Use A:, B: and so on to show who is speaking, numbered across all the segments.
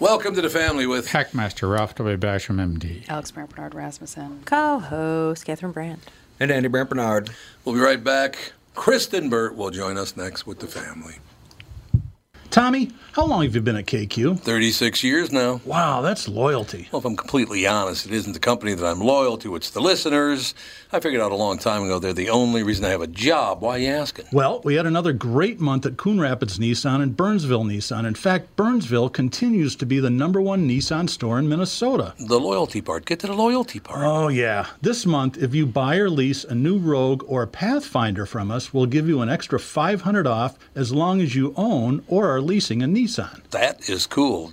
A: Welcome to the family with
B: Hackmaster Ralph W. Basham, MD.
C: Alex
A: Oh,
C: Brandt Bernard Rasmussen.
D: Co-host Catherine Brandt.
E: And Andy Brandt Bernard.
A: We'll be right back. Kristen Burt will join us next with the family.
F: Tommy, how long have you been at KQ?
A: 36 years now.
F: Wow, that's loyalty.
A: Well, if I'm completely honest, it isn't the company that I'm loyal to, it's the listeners. I figured out a long time ago they're the only reason I have a job. Why are you asking?
F: Well, we had another great month at Coon Rapids Nissan and Burnsville Nissan. In fact, Burnsville continues to be the number one Nissan store in Minnesota.
A: The loyalty part. Get to the loyalty part.
F: Oh, yeah. This month, if you buy or lease a new Rogue or a Pathfinder from us, we'll give you an extra 500 off as long as you own or are leasing a Nissan.
A: That is cool.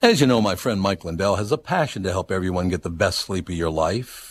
A: As you know, my friend Mike Lindell has a passion to help everyone get the best sleep of your life.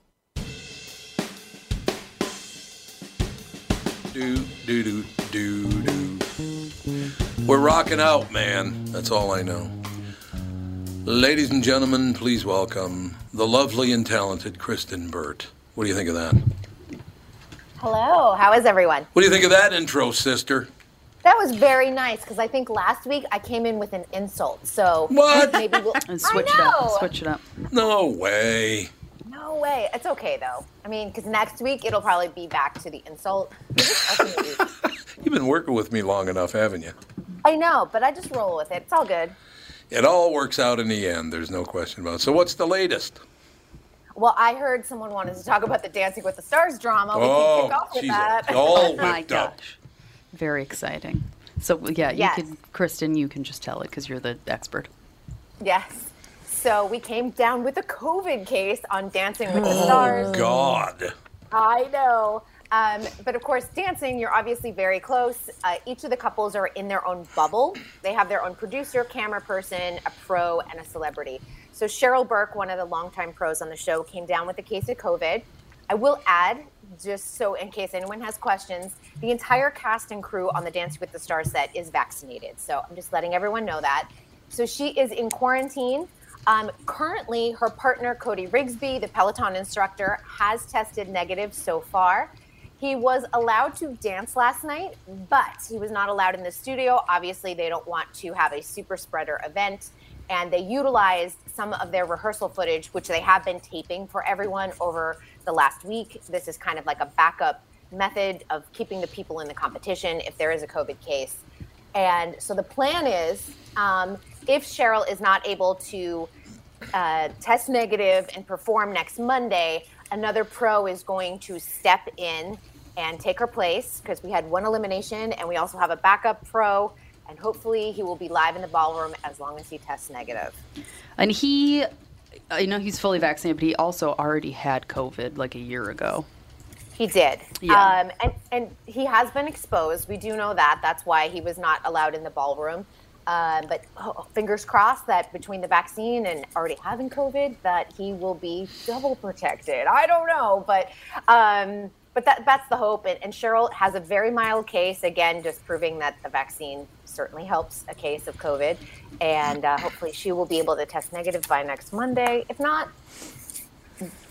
A: Do, do, do, do, do. We're rocking out, man. That's all I know. Ladies and gentlemen, please welcome the lovely and talented Kristen Burt. What do you think of that?
D: Hello. How is everyone?
A: What do you think of that intro, sister?
D: That was very nice because I think last week I came in with an insult. So
A: What?
D: maybe we'll
C: And switch
D: I
C: it
D: know.
C: up. Switch it up.
A: No way.
D: No, No way. It's okay though. I mean, because next week it'll probably be back to the insult.
A: You've been working with me long enough, haven't you?
D: I know, but I just roll with it. It's all good.
A: It all works out in the end. There's no question about it. So, what's the latest?
D: Well, I heard someone wanted to talk about the Dancing with the Stars drama. We can kick
A: oh,
D: off with
A: geez,
D: that.
A: it all
C: Oh my
A: whipped up.
C: gosh. Very exciting. So yeah, you
D: Yes.
C: can Kristen, you can just tell it because you're the expert.
D: Yes. So we came down with a COVID case on Dancing with the Stars.
A: Oh, God.
D: I know. Um, but of course, dancing, you're obviously very close. Uh, each of the couples are in their own bubble. They have their own producer, camera person, a pro, and a celebrity. So Cheryl Burke, one of the longtime pros on the show, came down with a case of COVID. I will add, just so in case anyone has questions, the entire cast and crew on the Dance with the Star set is vaccinated. So I'm just letting everyone know that. So she is in quarantine. Um, currently, her partner, Cody Rigsby, the Peloton instructor, has tested negative so far. He was allowed to dance last night, but he was not allowed in the studio. Obviously, they don't want to have a super spreader event. And they utilized some of their rehearsal footage, which they have been taping for everyone over the last week. This is kind of like a backup method of keeping the people in the competition if there is a COVID case. And so the plan is um, if Cheryl is not able to uh, test negative and perform next Monday, another pro is going to step in and take her place because we had one elimination and we also have a backup pro. And hopefully he will be live in the ballroom as long as he tests negative.
C: And he, I know he's fully vaccinated, but he also already had COVID like a year ago.
D: He did.
E: Uh,
C: Yeah.
D: Um, and, and he has been exposed. We do know that. That's why he was not allowed in the ballroom. Um, but oh, fingers crossed that between the vaccine and already having COVID, that he will be double protected. I don't know, but um, but that that's the hope. And, and Cheryl has a very mild case again, just proving that the vaccine certainly helps a case of COVID. And uh, hopefully, she will be able to test negative by next Monday. If not,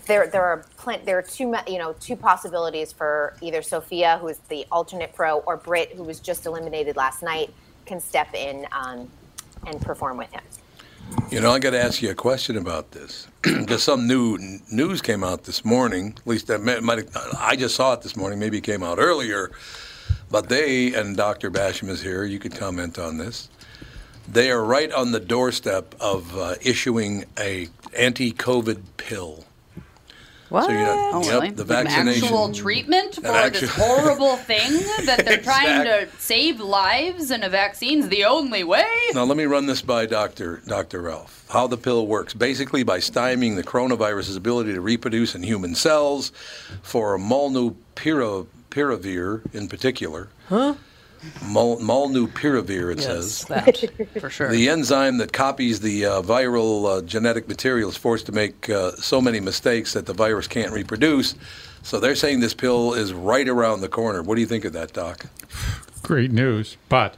D: there there are plenty there are two ma- you know two possibilities for either Sophia who is the alternate pro or Britt who was just eliminated last night can step in um, and perform with him.
A: You know, I got to ask you a question about this because some new n- news came out this morning. At least that might, might I just saw it this morning. Maybe it came out earlier, but they and Dr. Basham is here. You could comment on this. They are right on the doorstep of uh, issuing a anti-COVID pill.
C: What?
A: So you're not-
C: oh,
A: yep,
C: really?
A: the
E: An
A: vaccination.
E: actual treatment for
A: actual-
E: this horrible thing that they're trying to
A: Exact-
E: save lives and a vaccine's the only way?
A: Now let me run this by Doctor Doctor Ralph. How the pill works? Basically, by stymieing the coronavirus's ability to reproduce in human cells, for molnupiravir in particular. Huh? Mol, molnupiravir, it
C: yes,
A: says.
C: that for sure.
A: The enzyme that copies the uh, viral uh, genetic material is forced to make uh, so many mistakes that the virus can't reproduce. So they're saying this pill is right around the corner. What do you think of that, Doc?
B: Great news, but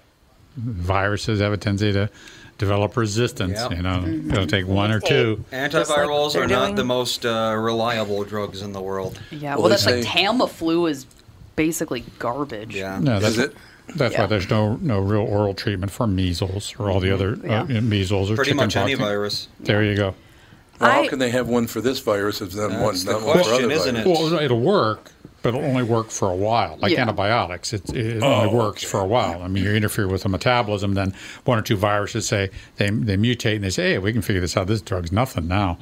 B: viruses have a tendency to develop resistance.
G: Yep.
B: You know, it'll take one or two.
G: Antivirals
C: they're
G: are not
C: doing-
G: the most uh, reliable drugs in the world.
C: yeah,
A: Well,
C: well,
A: they
C: that's like
A: say-
C: Tamiflu is basically garbage.
G: Yeah.
B: No, that's
A: Is it?
B: That's
C: Yeah.
B: why there's no no real oral treatment for measles or all the other uh,
C: Mm-hmm. Yeah.
B: measles or
G: Pretty
B: chicken
G: much any
B: pox.
G: virus.
B: There you go.
A: Well, how
C: I-
A: can they have one for this virus if then one,
G: That's the
A: not one for other
G: question, isn't
A: virus?
G: it?
B: Well, it'll work, but it'll only work for a while. Like
C: Yeah.
B: antibiotics, it, it
A: Oh,
B: only works for a while. I mean, you interfere with the metabolism, then one or two viruses say they, they mutate and they say, hey, we can figure this out. This drug's nothing now.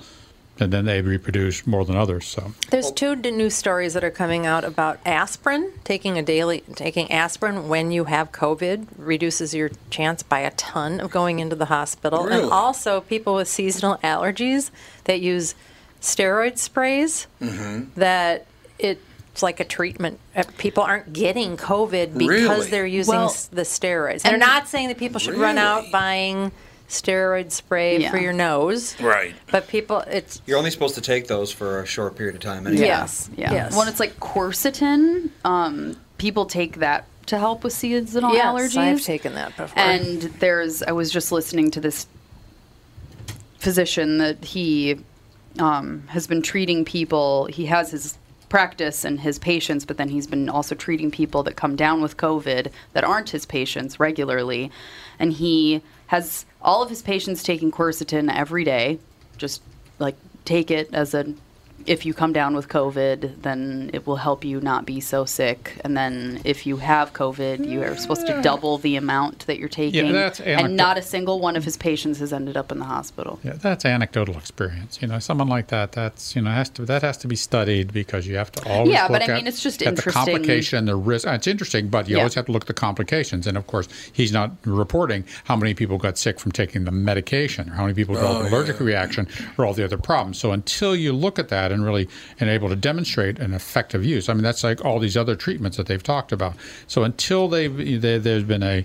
B: And then they reproduce more than others. So
H: There's two d- new stories that are coming out about aspirin. Taking a daily, taking aspirin when you have COVID reduces your chance by a ton of going into the hospital.
A: Really?
H: And also, people with seasonal allergies that use steroid sprays that it's like a treatment. Uh, People aren't getting COVID because
A: Really?
H: they're using
C: Well-
H: s- the steroids. And they're not saying that people should run
A: Really?
H: out buying steroid spray for
C: Yeah.
H: your nose.
A: Right.
H: But people, it's
G: You're only supposed to take those for a short period of time. Anyway.
H: yes,
C: Yeah.
H: yes.
C: When it's like quercetin, um, people take that to help with seasonal
H: Yes,
C: allergies.
H: I've taken that before.
C: And there's, I was just listening to this physician that he um, has been treating people. He has his practice and his patients, but then he's been also treating people that come down with COVID that aren't his patients regularly. And he has all of his patients taking quercetin every day, just like take it as a if you come down with COVID, then it will help you not be so sick. And then if you have COVID, you are supposed to double the amount that you're taking.
B: that's anecdotal.
C: and not a single one of his patients has ended up in the hospital.
B: Yeah, that's anecdotal experience. You know, someone like that. That's you know has to that has to be studied because you have to always.
C: Yeah, but
B: look
C: I
B: at-
C: mean, it's just
B: at the
C: interesting.
B: complication, the risk. Ah, It's interesting, but you
C: Yeah.
B: always have to look at the complications. And of course, he's not reporting how many people got sick from taking the medication, or how many people developed
A: Oh,
B: an allergic reaction, or all the other problems. So until you look at that and really and able to demonstrate an effective use, I mean, that's like all these other treatments that they've talked about. So until they've they, there's been a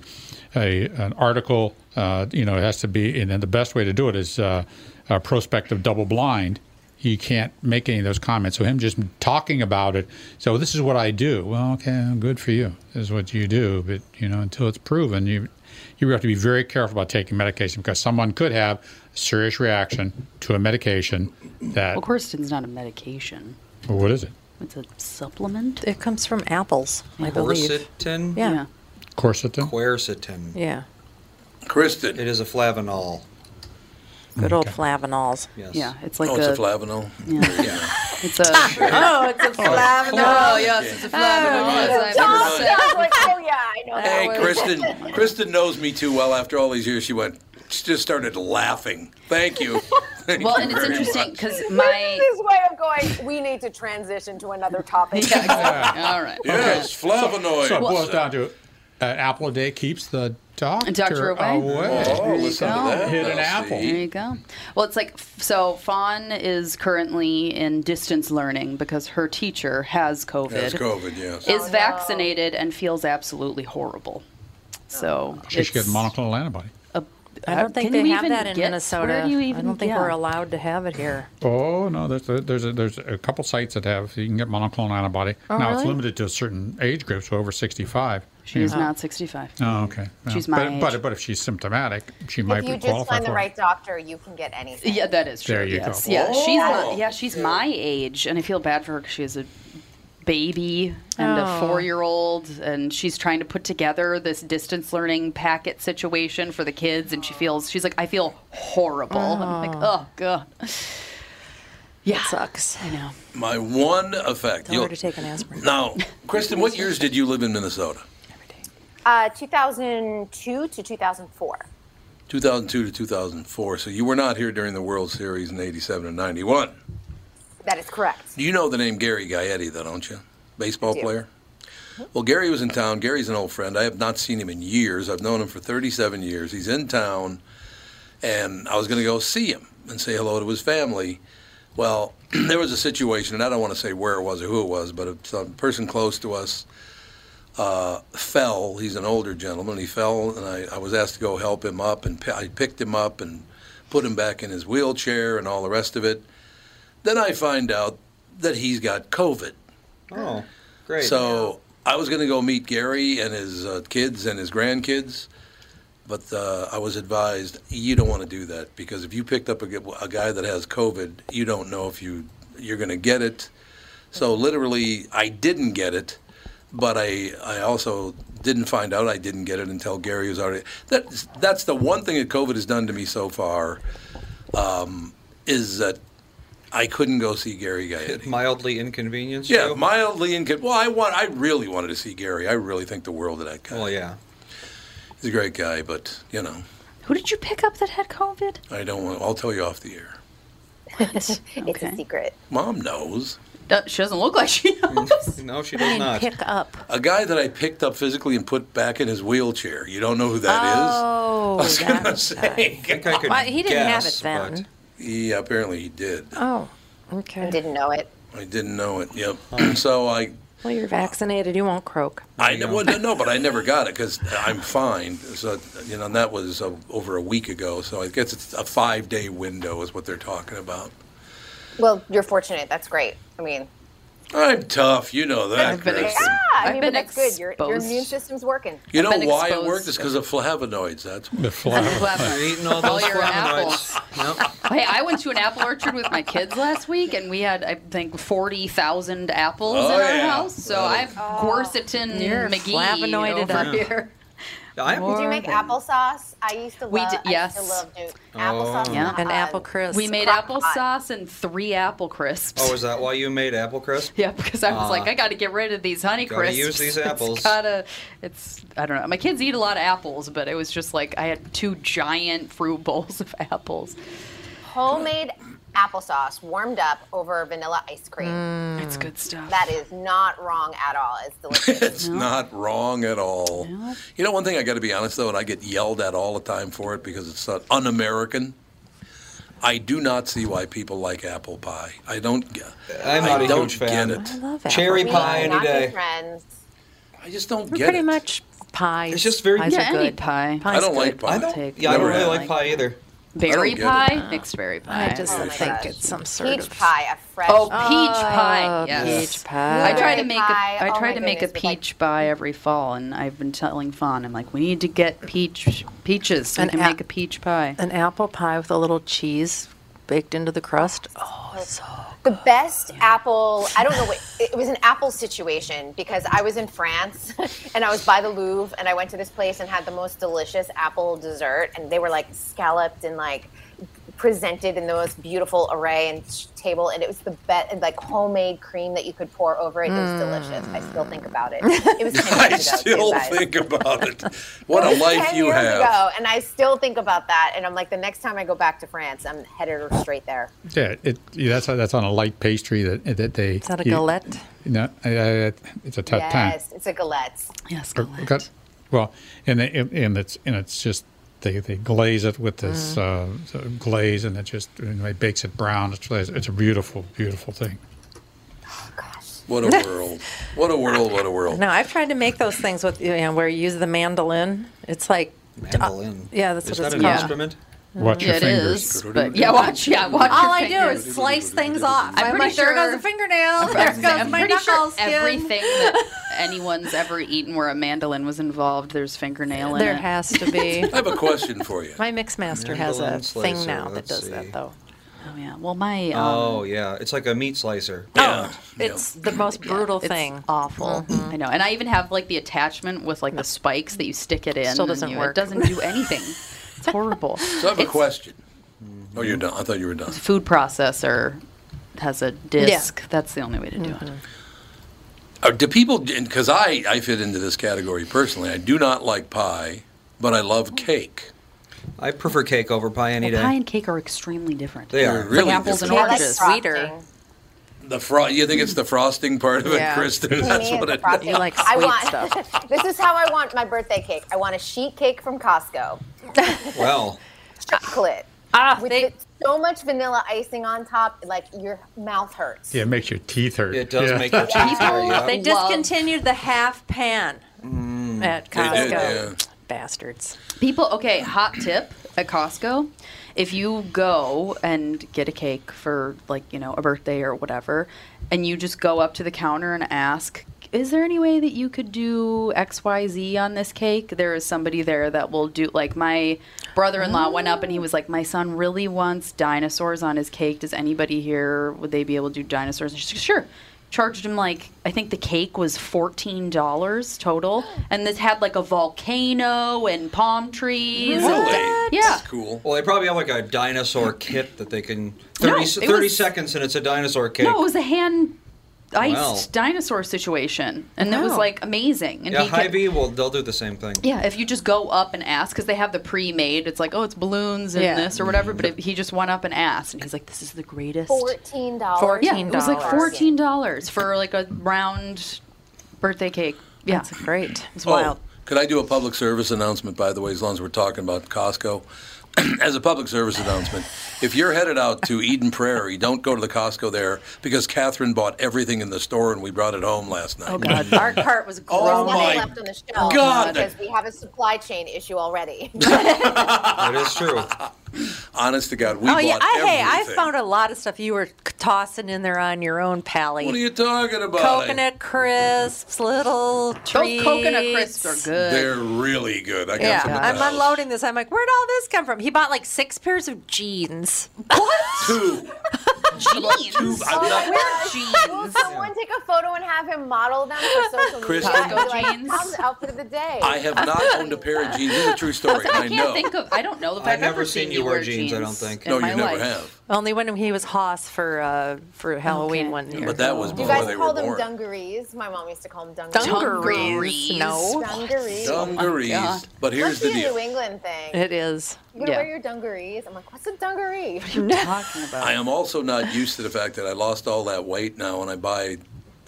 B: a, an article. Uh, you know, it has to be, and then the best way to do it is uh, uh, prospective double blind. You can't make any of those comments. So him just talking about it. So this is what I do. Well, okay, good for you. This is what you do, but you know, until it's proven, you you have to be very careful about taking medication because someone could have a serious reaction to a medication that.
C: Well, quercetin's not a medication;
B: Well, what is it?
C: it's a supplement.
H: It comes from apples,
E: Oh,
H: I believe.
G: Quercetin?
H: Yeah.
B: Quercetin?
G: Quercetin.
H: Yeah.
A: Kristen.
G: It is a flavonol.
H: Good old flavanols.
G: Yes.
C: Yeah, it's like
A: oh, it's a
C: a-
A: flavonol.
C: Yeah. It's a
H: Oh, it's a flavor.
E: Oh, yes, it's a flaminol.
D: Tom Jones, like, oh yeah, I know that
A: Hey,
D: one.
A: Kristen. Kristen knows me too well. After all these years, she went. She just started laughing. Thank you. Thank
E: Well,
A: you
E: and it's
A: very
E: interesting
A: much.
E: because
D: This
E: my.
D: is way of going. We need to transition to another topic.
E: Yeah, exactly. All right.
A: Yes, flavonoids.
B: So it boils down to an apple a day keeps the doctor,
E: Doctor away.
A: Oh, listen to
E: go.
A: that.
B: Hit an
A: now,
B: apple.
A: see?
E: There you go. Well, it's like f- so. Fawn is currently in distance learning because her teacher has COVID.
A: That's COVID, yes.
D: Oh,
E: Is vaccinated and feels absolutely horrible.
D: Oh,
E: So
B: She should get
E: it's-
B: monoclonal antibody.
H: I don't
E: Can
H: think they
E: you
H: have
E: even
H: that in
E: get-
H: Minnesota.
E: where do you even-
H: I don't think
E: yeah.
H: we're allowed to have it here.
B: Oh no, there's there's a, there's a couple sites that have you can get monoclonal antibody.
H: Oh,
B: now it's
H: really?
B: limited to a certain age group, so over 65.
E: She is not 65.
B: Oh, okay. Yeah.
E: She's
B: but,
E: my
B: But,
E: age.
B: but if she's symptomatic, she might
D: if you
B: be
D: just
B: qualified
D: find the
B: for
D: right doctor, you can get anything.
E: Yeah, that is true.
B: There you go.
E: yes. Yeah, she's my,
H: Oh.
G: Oh.
E: yeah, she's my age, and I feel bad for her because she is a baby and a
H: Oh.
E: four-year-old, and she's trying to put together this distance learning packet situation for the kids, and she feels she's like, I feel horrible. And I'm like, oh god. Yeah,
H: Sucks.
E: I know.
A: My one effect.
H: Tell
A: you'll-
H: her to take an aspirin.
A: Now, Kristen, what years did you live in Minnesota?
D: Uh, 2002 to 2004.
A: 2002 to 2004. So you were not here during the World Series in 87 and 91.
D: That is correct.
A: You know the name Gary Gaetti, though, don't you? Baseball
D: do.
A: player? Well, Gary was in town. Gary's an old friend. I have not seen him in years. I've known him for 37 years. He's in town, and I was going to go see him and say hello to his family. Well, there was a situation, and I don't want to say where it was or who it was, but a some person close to us uh, fell. He's an older gentleman. He fell, and I, I was asked to go help him up, and pi- I picked him up and put him back in his wheelchair and all the rest of it. Then I find out that he's got COVID.
G: Oh, great.
A: So I was going to go meet Gary and his uh, kids and his grandkids, but uh, I was advised you don't want to do that because if you picked up a, gu- a guy that has COVID, you don't know if you you're going to get it. So literally, I didn't get it, but I I also didn't find out I didn't get it until Gary was already. That's that's the one thing that COVID has done to me so far, um, is that I couldn't go see Gary Gaetti.
G: mildly inconvenienced
A: Yeah,
G: you?
A: mildly inconvenient. Well, I want. I really wanted to see Gary. I really think the world of that guy.
G: well, Oh, yeah.
A: He's a great guy, but you know,
E: Who did you pick up that had COVID?
A: I don't want. I'll tell you off the air.
D: It's a secret.
A: Mom knows
E: Uh, she doesn't look like she knows.
G: No, she
H: I
G: does
H: mean,
G: not.
H: pick up.
A: a guy that I picked up physically and put back in his wheelchair. You don't know who that is?
H: Oh, that
A: gonna
H: was
A: say.
G: I think I could
H: Well, he didn't have
G: guess,
H: it then.
G: but-
A: Yeah, apparently he did.
H: Oh,
D: I
H: okay.
D: didn't know it.
A: I didn't know it. Yep. so I.
H: Well, you're vaccinated. You won't croak.
A: I well, no, but I never got it because I'm fine. So you know, and that was uh, over a week ago. So I guess it's a five-day window is what they're talking about.
D: Well, you're fortunate. That's great. I mean,
A: I'm tough, you know that.
E: I've been
A: Kristen.
E: ex-
D: I
E: I've
D: mean,
E: been
D: but that's good. Your, your immune
E: exposed.
D: system's working.
A: You know
E: I've been
A: why it
E: exposed.
A: worked? It's because of flavonoids. That's why.
B: it. The flavor.
G: You're
E: Flavonoids.
G: eating all
E: All
G: those
E: your
G: flavonoids. Yep.
E: Hey, I went to an apple orchard with my kids last week, and we had, I think, 40,000 apples
A: Oh,
E: in our
A: yeah.
E: house. So
A: Really?
E: I'm quercetin
H: You're
E: McGee
H: flavonoided
E: over
H: up.
E: here.
G: I
D: Did you make applesauce? I used to love.
E: We did-
D: I
E: yes.
D: used to love doing
G: Oh.
D: applesauce.
G: Yeah.
D: and
H: Mm. An apple crisp.
E: We made
D: crock pot.
E: applesauce and three apple crisps.
G: Oh, is that why you made apple crisp?
E: Yeah, because I was
G: Uh,
E: like, I got to get rid of these honey
G: gotta
E: crisps.
G: use these apples.
E: It's gotta. It's I don't know. My kids eat a lot of apples, but it was just like I had two giant fruit bowls of apples.
D: Homemade applesauce warmed up over vanilla ice cream.
E: It's good stuff.
D: That is not wrong at all. It's delicious.
A: It's not wrong at all. You know, one thing I got to be honest though, and I get yelled at all the time for it because it's uh, un-American. I do not see why people like apple pie. I don't. g-
G: I'm not
A: I
G: a
A: don't
G: huge
A: get
G: fan.
A: it.
H: I love
G: Cherry
H: apple.
D: We
G: pie
D: are
G: any
D: not good
G: day.
D: friends.
A: I just don't
H: We're
A: get
H: pretty
A: it.
H: much pies.
G: It's just very-
H: pies
E: yeah,
H: are
E: any
H: good.
E: pie.
H: Pie's
A: don't like
H: good.
A: pie.
G: I
H: I'll
G: don't.
H: take
G: Yeah, I
A: Never
G: don't really
A: had
G: like
E: it.
G: pie either.
E: Berry
A: get it.
E: pie, mixed berry pie.
H: I just
D: Oh my
H: think
D: gosh.
H: it's some sort
D: Peach
H: of
D: pie, a fresh.
E: oh, peach pie.
H: Oh,
E: Yes.
H: peach pie.
E: I try to
D: Blueberry
E: make a,
D: pie.
E: I
D: Oh
E: try
D: my
E: to make a
D: goodness, we like-
E: peach pie every fall, and I've been telling Fawn, I'm like, we need to get peach peaches. So we
H: An
E: can
H: app-
E: make a peach pie.
H: An apple pie with a little cheese baked into the crust. Oh, so
D: The best apple, I don't know what, it was an apple situation because I was in France and I was by the Louvre and I went to this place and had the most delicious apple dessert and they were like scalloped and like presented in the most beautiful array and sh- table and it was the best like homemade cream that you could pour over it. It was delicious. I still
H: Mm.
D: think about it. It was 10 years ago.
A: I
D: too,
A: still
D: guys.
A: think about it. What a life
D: 10
A: you
D: years
A: have.
D: ago and I still think about that and I'm like the next time I go back to France I'm headed straight there.
B: Yeah, it, yeah, that's that's on a light pastry that that they.
H: is that a
B: you-
H: galette?
B: No, uh, it's a tatin.
D: Yes, it's a galette.
E: Yes,
B: Or-
E: Colette.
B: got- well, and they, and- and it's and it's just they, they glaze it with this uh, sort of glaze, and it just and it bakes it brown. It's it's a beautiful, beautiful thing.
A: What a world. What a world. What a world.
H: No, I've tried to make those things with you know where you use the mandolin. It's like uh,
G: Mandolin.
H: yeah, that's what
G: is that
H: it's
G: an
H: called.
G: instrument?
B: Watch
E: Yeah,
B: your
E: it
B: fingers.
E: is. But yeah, watch. Yeah, watch.
H: All
E: your
H: I do
E: fingers.
H: is slice things off.
E: I'm
H: I'm,
E: pretty
H: like, there
E: sure-
H: goes a fingernail. There
E: I'm
H: goes
E: saying- I'm
H: my
E: pretty
H: knuckle
E: sure
H: skin.
E: everything that anyone's ever eaten where a mandolin was involved, there's fingernail in
H: There
E: it.
H: has to be.
A: I have a question for you.
H: My mix master has
G: Mandolin
H: a thing
G: slicer,
H: now that
G: let's
H: does
G: see.
H: that though.
E: oh yeah. Well, my um,
G: Oh yeah, it's like a meat slicer.
A: Yeah. yeah.
H: It's the most brutal
E: it's
H: thing. Mm-hmm.
E: awful. I know. And I even have like the attachment with like the spikes that you stick it in.
H: Mm. Still
E: and
H: doesn't
E: you-
H: work.
E: It doesn't do anything. it's horrible.
A: So I have a question. Oh, you're
G: Mm-hmm.
A: done. I thought you were done.
E: Food processor has a disc. That's the only way to do
H: Mm-hmm.
E: it.
A: Uh, do people? Because I I fit into this category personally. I do not like pie, but I love cake.
G: I prefer cake over pie any
E: Well, pie
G: day.
E: and cake are extremely different.
G: They
A: They're
G: are.
A: really
E: apples and
A: different.
D: I like
E: Oranges.
H: Sweeter.
D: frosting.
A: The fro- You think it's the frosting part of
H: Yeah.
A: it, Kristen?
D: To
A: That's
D: me,
A: what
D: it's
A: it.
D: a frosting.
H: You like
D: I
H: sweet
D: want,
H: stuff.
D: this is how I want my birthday cake. I want a sheet cake from Costco,
G: Well,
D: chocolate,
H: Ah,
D: with
H: they-
D: the- so much vanilla icing on top, like your mouth hurts.
B: Yeah, it makes your teeth hurt.
G: it does
B: Yeah.
G: make your teeth hurt. Yeah.
H: They
E: Love-
H: discontinued the half pan
G: Mm.
H: at
A: They
H: Costco.
A: did, yeah.
H: Bastards.
E: People, okay, hot tip at Costco. If you go and get a cake for like, you know, a birthday or whatever, and you just go up to the counter and ask, is there any way that you could do XYZ on this cake? There is somebody there that will do like my brother-in-law went up and he was like, "My son really wants dinosaurs on his cake. Does anybody here would they be able to do dinosaurs?" And she's like, "Sure." charged him like I think the cake was fourteen dollars total,
H: Oh.
E: and this had like a volcano and palm trees. and
A: Really?
E: stuff. Yeah. Mm.
A: That's cool.
G: Well, they probably have like a dinosaur kit that they can 30,
E: No, it
G: 30
E: was-
G: seconds and it's a dinosaur cake.
E: No, it was a hand iced
G: Wow.
E: dinosaur situation, and it was
H: Wow.
E: like amazing. And
G: yeah,
E: he kept-
G: Hy-Vee, well, they'll do the same thing.
E: yeah, if you just go up and ask, because they have the pre-made, it's like, oh, it's balloons and
H: Yeah.
E: this or whatever. But
G: Mm-hmm.
E: if he just went up and asked, and he's like, this is the greatest.
D: Fourteen dollars.
E: Yeah, it was like
H: $14.
E: fourteen dollars for like a round birthday cake. Yeah,
H: That's great.
E: it's
A: Oh,
E: wild.
A: could I do a public service announcement, by the way, as long as we're talking about Costco? as a public service announcement, if you're headed out to Eden Prairie, don't go to the Costco there because Catherine bought everything in the store and we brought it home last night.
E: Oh God.
H: Our cart was grown.
A: Oh
D: Nothing
A: my
D: left on the shelf
A: God.
D: because we have a supply chain issue already.
G: That is true.
A: Honest to God, we
H: Oh
A: bought
H: yeah, I, hey, I
A: everything.
H: found a lot of stuff you were c- tossing in there on your own pally.
A: What are you talking about?
H: coconut crisps, little treats.
E: Those coconut crisps are good.
A: They're really good. I got
H: Yeah,
A: some at the
H: I'm
A: house.
H: unloading this. I'm like, where'd all this come from? He bought like six pairs of jeans.
A: Two.
E: jeans.
D: Oh, will someone take a photo and have him model them for social media?
A: Kristen.
D: and be
E: Costco
D: like,
E: jeans.
D: Tom's outfit of the day.
A: I have not owned a pair of jeans. This is a true story. and
E: I
A: I
E: can't
A: know.
E: think of. I don't know the fact
G: I've never
E: ever
G: seen you wear jeans, I don't think.
E: in
A: no,
E: my
A: you never
E: life.
A: have.
H: Only when he was Hoss for uh, for Halloween
E: Okay.
H: one year.
A: But that was
D: you
A: before
D: guys
A: they
D: call
A: were
D: them
A: born.
D: dungarees. My mom used to call them dungarees.
H: dungarees.
E: Dungarees. Oh
H: No,
D: Dungarees.
A: Dungarees.
E: God.
A: but here's
D: Must
A: the
D: be a New
A: deal.
D: England thing.
H: it is.
D: You're gonna
E: Yeah.
D: wear your dungarees. I'm like, what's a dungaree?
E: Talking about.
A: I am also not used to the fact that I lost all that weight now, and I buy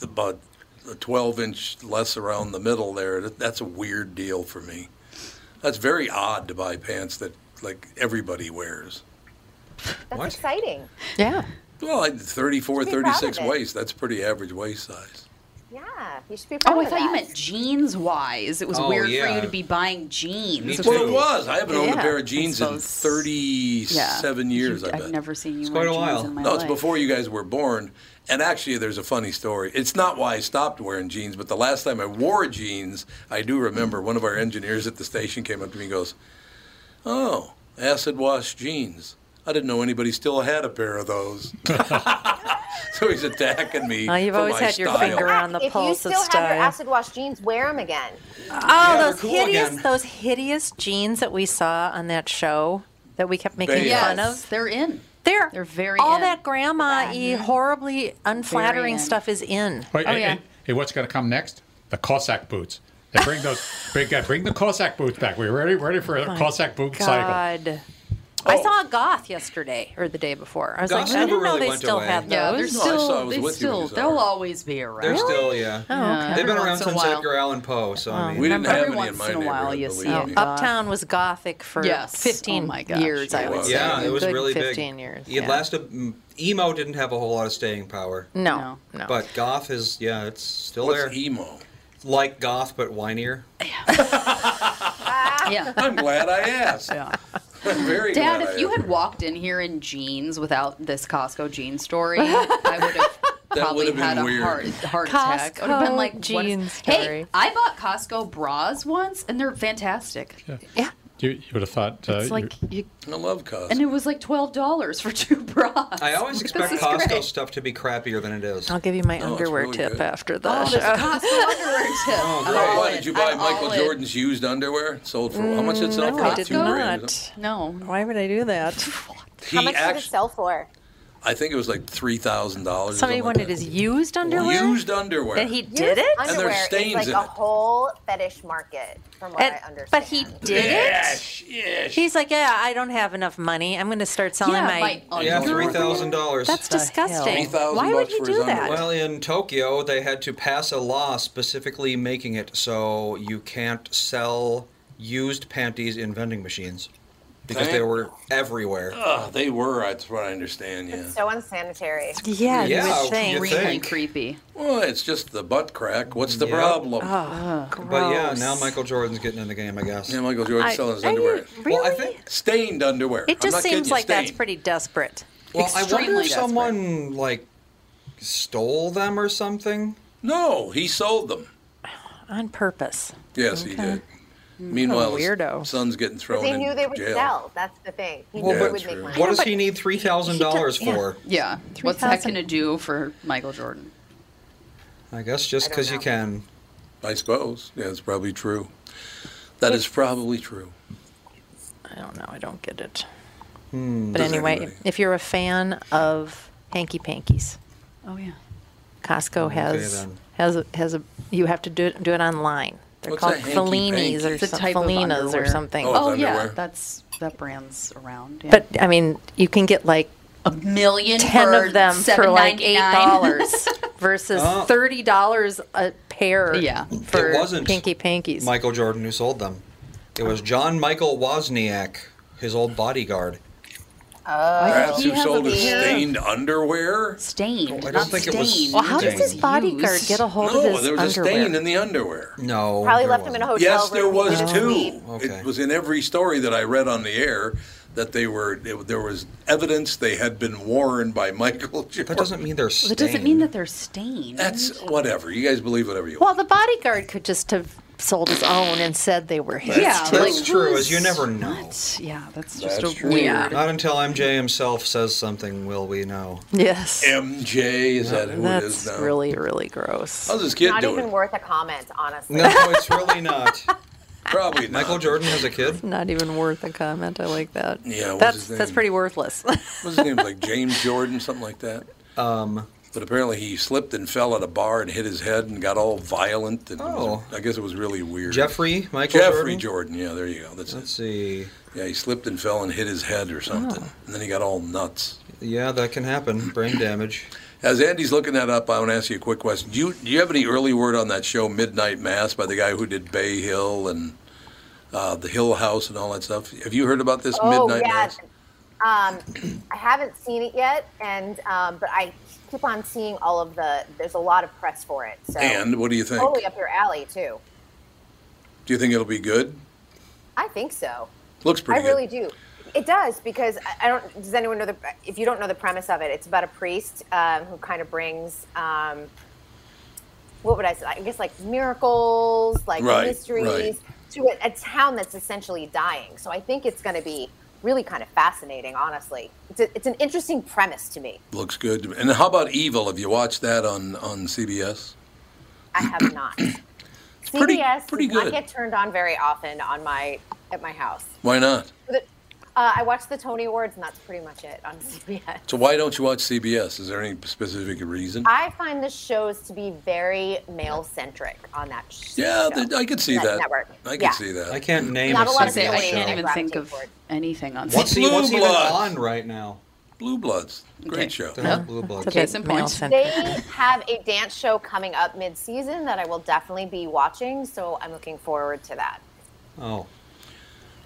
A: about a 12 inch less around the middle there. That- That's a weird deal for me. That's very odd to buy pants that like everybody wears.
D: That's
G: What?
D: exciting.
H: Yeah.
A: Well, I- 34,
D: Should be proud of
A: 36
D: it.
A: waist. That's pretty average waist size.
D: Yeah, you should be proud
E: Oh, I
D: of
E: thought you
D: that.
E: meant jeans wise. It was
G: Oh,
E: weird for
G: yeah.
E: you to be buying jeans.
G: Me
A: Well, it
G: Two.
A: was. I haven't owned a
E: Yeah,
A: pair of
E: I
A: jeans in
E: suppose.
A: 37 years, I
E: You've-
A: bet.
E: I've never seen you
G: It's
E: wear
G: quite a
E: jeans
G: while.
E: in my
A: No, it's
E: life.
A: before you guys were born. And actually, there's a funny story. It's not why I stopped wearing jeans, but the last time I wore jeans, I do remember one of our engineers at the station came up to me and goes, Oh, acid wash jeans. I didn't know anybody still had a pair of those. so he's attacking me.
H: Oh, you've
A: for
H: always
A: my
H: had your
A: style.
H: finger on the
D: if you
H: pulse
D: still
H: of
D: have your
H: style.
D: acid wash jeans, wear them again.
H: Oh,
G: Yeah, they're
H: those
G: cool
H: hideous,
G: again.
H: those hideous jeans that we saw on that show that we kept making
A: Babe.
H: fun
E: Yes,
H: of.
E: they're in.
H: They're,
E: They're very
H: all
E: in.
H: that grandma-y, horribly
E: Very
H: unflattering
E: in.
H: stuff is in.
B: Wait,
E: Oh,
B: hey,
E: yeah.
B: hey, hey, what's going to come next? The Cossack boots. They bring those. bring, uh, bring the Cossack boots back. We're ready, ready
E: Oh
B: for a Cossack boot cycle.
H: God. I saw a goth yesterday or the day before. I was
G: Goths
H: like, I
G: never
H: didn't know
G: really
H: they
G: went
H: still
G: away.
H: had
E: Yeah,
H: those.
E: they're
A: No, I saw I
E: still,
A: was
E: they
A: with you when
E: still,
A: you saw
E: they'll
A: her.
E: always be around.
G: They're still, yeah.
H: okay.
G: They've been
E: Oh, Every
G: around
E: once in a
G: since
E: while. Oh.
G: Edgar Allen Poe, so I mean,
A: We didn't
E: Every
A: have any in
E: once
A: my
E: in a while
A: neighborhood,
E: you
A: believe
E: see
H: Oh,
A: me.
H: Uptown was gothic for
E: Yes.
H: 15
E: Oh my gosh,
H: years, I
E: it
H: would
E: was.
H: say.
G: yeah,
H: A
G: it was
H: good
G: really
H: 15
G: big.
H: years.
G: It lasted. mm, Emo didn't have a whole lot of staying power.
H: No, no.
G: But goth is, yeah, it's still there.
A: What's emo?
G: like goth, but whinier.
E: Yeah.
A: I'm glad I asked.
E: yeah.
A: I'm very
E: Dad,
A: glad I
E: if you
A: asked.
E: had walked in here in jeans without this Costco jean story, I would have probably
A: would've been
E: had a
A: weird.
E: heart, heart attack. I would have been
H: Costco
E: like, what is-
H: jean
E: hey,
H: story.
E: I bought Costco bras once, and they're fantastic.
H: yeah.
B: You, you would have thought. Uh,
E: It's like,
B: you-
E: you,
A: I love cos.
E: and it was like twelve dollars for two bras.
G: I always expect
E: is
G: Costco
E: great.
G: stuff to be crappier than it is.
H: I'll give you my
A: it's
H: underwear
A: really
H: tip
A: good.
H: after the
E: Oh,
H: show.
E: there's a Costco underwear tip.
G: Oh,
E: I'm
G: great.
E: all
A: Why
E: in.
A: did you buy
E: I'm
A: Michael
E: all in.
A: Jordan's used underwear? It Sold for how much? It sold
H: no,
A: for
H: Mm, I
A: like
H: did
A: two grand or
H: not.
A: something?
E: No.
H: Why would I do that?
A: He
D: How much did it
A: actually,
D: sell for?
A: I think it was like three thousand dollars.
H: Somebody wanted his used underwear?
A: used underwear.
H: And he
D: Used
H: did it?
A: there's
D: Underwear
A: stains
D: is
A: in
D: like a
A: it.
D: whole fetish market, from what
H: And-
D: I understand.
H: but he did it?
A: Yes, yes.
H: He's like, yeah, I don't have enough money. I'm going to start selling
E: Yeah,
H: my.
E: my
G: Oh, Yeah,
E: underwear.
G: three thousand dollars.
H: That's disgusting.
A: $3,000
H: Why would he
A: for
H: do
A: his
H: that?
A: underwear.
G: Well, in Tokyo, they had to pass a law specifically making it so you can't sell used panties in vending machines because they
A: Thank-
G: were everywhere.
A: Ah, they were. That's what I understand. Yeah.
D: so unsanitary.
H: yeah, you
G: Yeah,
H: would think.
G: you'd
E: Extremely
G: think.
E: creepy.
A: Well, it's just the butt crack. What's the
G: Yep.
A: problem?
H: Oh,
G: But yeah, now Michael Jordan's getting in the game, I guess.
A: Yeah, Michael Jordan's selling his
H: are
A: underwear.
H: you really?
G: Well, I think.
A: Stained underwear.
H: it
A: I'm
H: just
A: not kidding
H: seems
A: you,
H: like that's
A: stained.
H: pretty desperate.
G: Well, I wonder
E: Extremely
G: if someone like stole them or something.
A: No, he sold them.
H: On purpose.
A: Yes, he did. Meanwhile,
H: weirdo.
A: his son's getting thrown
D: They
A: in
D: knew they would
A: jail.
D: sell. That's the thing. He
G: Well,
D: knew
A: but
D: it would
A: true.
D: make money.
G: What does he need three thousand dollars
H: He did- yeah.
G: for?
E: Yeah. What's that
H: 3,000.
E: going to do for Michael Jordan?
G: I guess just
D: I don't
G: because you
D: know.
G: can.
A: I suppose. Yeah, it's probably true. That is probably true.
H: I don't know. I don't get it. But
A: Does
H: anyway,
A: anybody?
H: if you're a fan of hanky pankies,
E: Oh yeah.
H: Costco has
G: then.
H: has a, has a. You have to do it, do it online. They're
A: What's a
H: called
A: hanky
H: Fellinis
A: panky?
H: or
A: It's a
H: some,
E: type of
H: Fellinas or
E: underwear.
H: something.
A: Oh,
E: Oh
A: it's
E: yeah.
A: underwear.
E: That's that brand's around. Yeah.
H: But I mean, you can get like
E: a million
H: ten
E: for
H: of them for like eight
E: $7.99.
H: dollars versus
G: Oh.
H: thirty dollars a pair.
E: Yeah.
H: for
G: It wasn't
H: pinky pankies.
G: Michael Jordan who sold them. It was John Michael Wozniak, his old bodyguard.
H: Uh,
A: That's
E: He
A: who
E: has
A: sold
E: a
A: his
E: pair.
A: stained underwear?
E: Stained.
G: I don't
E: not
G: think it
E: stained.
G: was
H: well, how does
G: Dang.
H: his bodyguard
E: Used.
H: get a hold
A: no,
H: of his
A: there was
H: underwear?
A: a stain in the underwear.
G: No,
D: Probably
G: there
D: left him in a
G: wasn't.
D: hotel.
A: Yes, Oh, there
D: room. He
A: was
D: didn't
A: too.
D: leave.
G: Okay.
A: It was in every story that I read on the air that they were it, there was evidence they had been worn by Michael Jordan.
G: That doesn't mean they're
E: Well,
G: stained.
E: it doesn't mean that they're stained.
A: That's whatever. You guys believe whatever you
H: Well, the bodyguard could just have sold his own and said they were his.
C: Yeah,
H: too.
C: like,
G: That's true, as you never know.
C: Yeah, that's
G: That's
C: just a
G: true.
C: weird.
G: Not until MJ himself says something will we know.
H: Yes.
A: MJ, is that who it is
H: That's
A: now?
H: really, really gross.
A: How's this kid
D: Not
A: doing?
D: even worth a comment, honestly.
G: No, it's really not.
A: Probably not.
G: Michael Jordan has a kid.
H: Not even worth a comment. I like that.
A: Yeah, what's
H: that's
A: his name?
H: that's pretty worthless.
A: What's his name? Like James Jordan, something like that.
G: Um,
A: But apparently he slipped and fell at a bar and hit his head and got all violent. And it was- I guess it was really weird.
G: Oh. Jeffrey, Michael
A: Jeffrey
G: Jordan.
A: Jordan. Yeah, there you go. That's
G: Let's
A: it.
G: see. Oh.
A: Yeah, he slipped and fell and hit his head or something. And then he got all nuts.
G: Yeah, that can happen. Brain damage.
A: As Andy's looking that up, I want to ask you a quick question. Do you, do you have any early word on that show, Midnight Mass, by the guy who did Bay Hill and uh, the Hill House and all that stuff? Have you heard about this
D: Oh,
A: Midnight Mass?
D: Um, I haven't seen it yet, and um, but I keep on seeing all of the. There's a lot of press for it, so
A: And what do you think?
D: totally up your alley too.
A: Do you think it'll be good?
D: I think so.
A: Looks pretty
D: I really
A: good.
D: do. It does because I- I don't. Does anyone know the? If you don't know the premise of it, it's about a priest um, who kind of brings. Um, what would I say? I guess like miracles, like
A: Right,
D: mysteries
A: right.
D: to a, a town that's essentially dying. So I think it's going to be really kind of fascinating. Honestly, it's, a, it's an interesting premise to me.
A: Looks good. And how about Evil? Have you watched that on, on CBS?
D: I have not. CBS
A: pretty- pretty
D: does not
A: good.
D: get turned on very often on my at my house.
A: Why not?
D: But, uh, I watch the Tony Awards, and that's pretty much it on CBS.
A: So why don't you watch CBS? Is there any specific reason?
D: I find the shows to be very male centric on that. sh-
A: yeah,
D: show.
A: th- I could see that.
D: network.
A: I could
D: Yeah.
A: see that.
G: I can't name
D: Not
G: a
D: a
G: CBS
D: lot of
G: show.
D: people
E: I can't even think of
D: Gravitate
E: anything on
G: What's,
A: Blue
G: what's even
A: Bloods.
G: on right now?
A: Blue Bloods, great
E: Okay.
A: show.
G: They're not Blue Bloods.
E: Case in point.
D: They have a dance show coming up mid season that I will definitely be watching, so I'm looking forward to that.
G: Oh.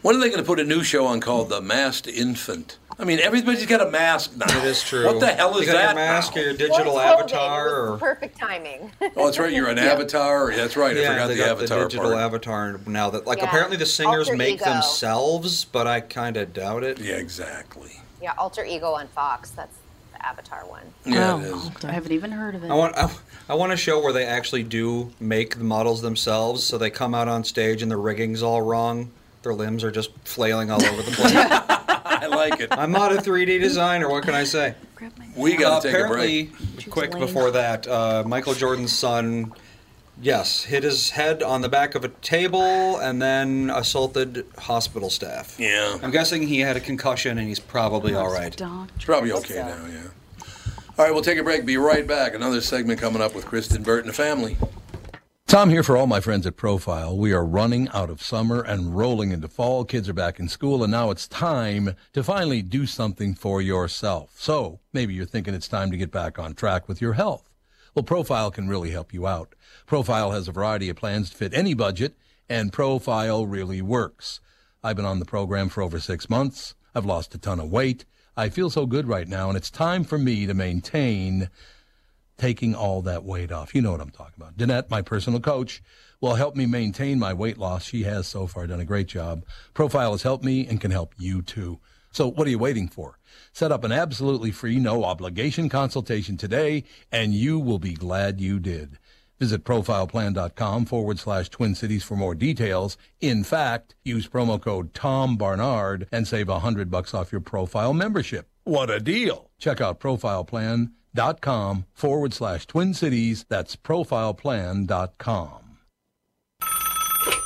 A: When are they going to put a new show on called The Masked Infant? I mean, everybody's got a mask now.
G: It is true.
A: What the hell is
G: you got Your
A: that?
G: mask
A: now?
G: or your digital
D: Or COVID,
G: avatar
D: it was
G: or
D: perfect timing.
A: Oh, that's right. You're an avatar. That's right. I forgot
G: they
A: the
G: got
A: avatar
G: the digital
A: part.
G: avatar now that like
D: Yeah.
G: apparently the singers
D: Alter
G: make
D: ego.
G: themselves, but I kind of doubt it.
A: yeah, exactly.
D: yeah, Alter Ego on Fox. That's the Avatar one.
A: Yeah, it is.
H: Oh,
E: I haven't even heard of it.
G: I want I, I want a show where they actually do make the models themselves, so they come out on stage and the rigging's all wrong. Their limbs are just flailing all over the place.
A: I like it.
G: I'm not a 3D designer. What can I say? Uh,
E: Grab my-
A: We got to take a
G: apparently,
A: break.
G: quick
H: lame.
G: before that, uh, Michael Jordan's son, yes, hit his head on the back of a table and then assaulted hospital staff.
A: Yeah,
G: I'm guessing he had a concussion and he's probably all right.
A: it's probably okay now. Yeah. All right, we'll take a break. Be right back. Another segment coming up with Kristen Burt and the family. Tom here for all my friends at Profile. We are running out of summer and rolling into fall. Kids are back in school, and now it's time to finally do something for yourself. So maybe you're thinking it's time to get back on track with your health. Well, Profile can really help you out. Profile has a variety of plans to fit any budget, and Profile really works. I've been on the program for over six months. I've lost a ton of weight. I feel so good right now, and it's time for me to maintain taking all that weight off. You know what I'm talking about. Danette, my personal coach, will help me maintain my weight loss. She has so far done a great job. Profile has helped me and can help you too. So what are you waiting for? Set up an absolutely free, no obligation consultation today, and you will be glad you did. Visit profileplan.com forward slash twin cities for more details. In fact, use promo code Tom Barnard and save a hundred bucks off your profile membership. What a deal! Check out profileplan.com forward slash twin cities. That's profileplan.com.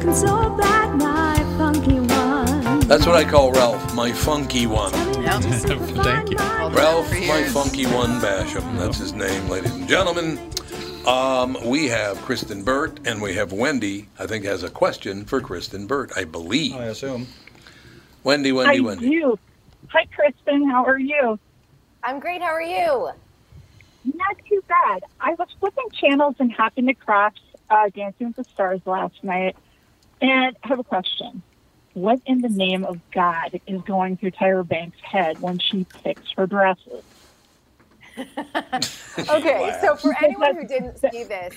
I: I'm so bad, my funky one.
A: That's what I call Ralph, my funky one.
B: Thank you.
A: Ralph, my funky one, Basham. That's his name, ladies and gentlemen. Um, we have Kristen Burt and we have Wendy. I think has a question for Kristen Burt. I believe. I
G: assume.
A: Wendy, Wendy,
J: Hi,
A: Wendy.
J: you. Hi, Kristen. How are you?
D: I'm great. How are you?
J: Not too bad. I was flipping channels and happened across uh, Dancing with the Stars last night, and I have a question. What in the name of God is going through Tyra Banks' head when she picks her dresses?
D: Okay, so for anyone who didn't see this,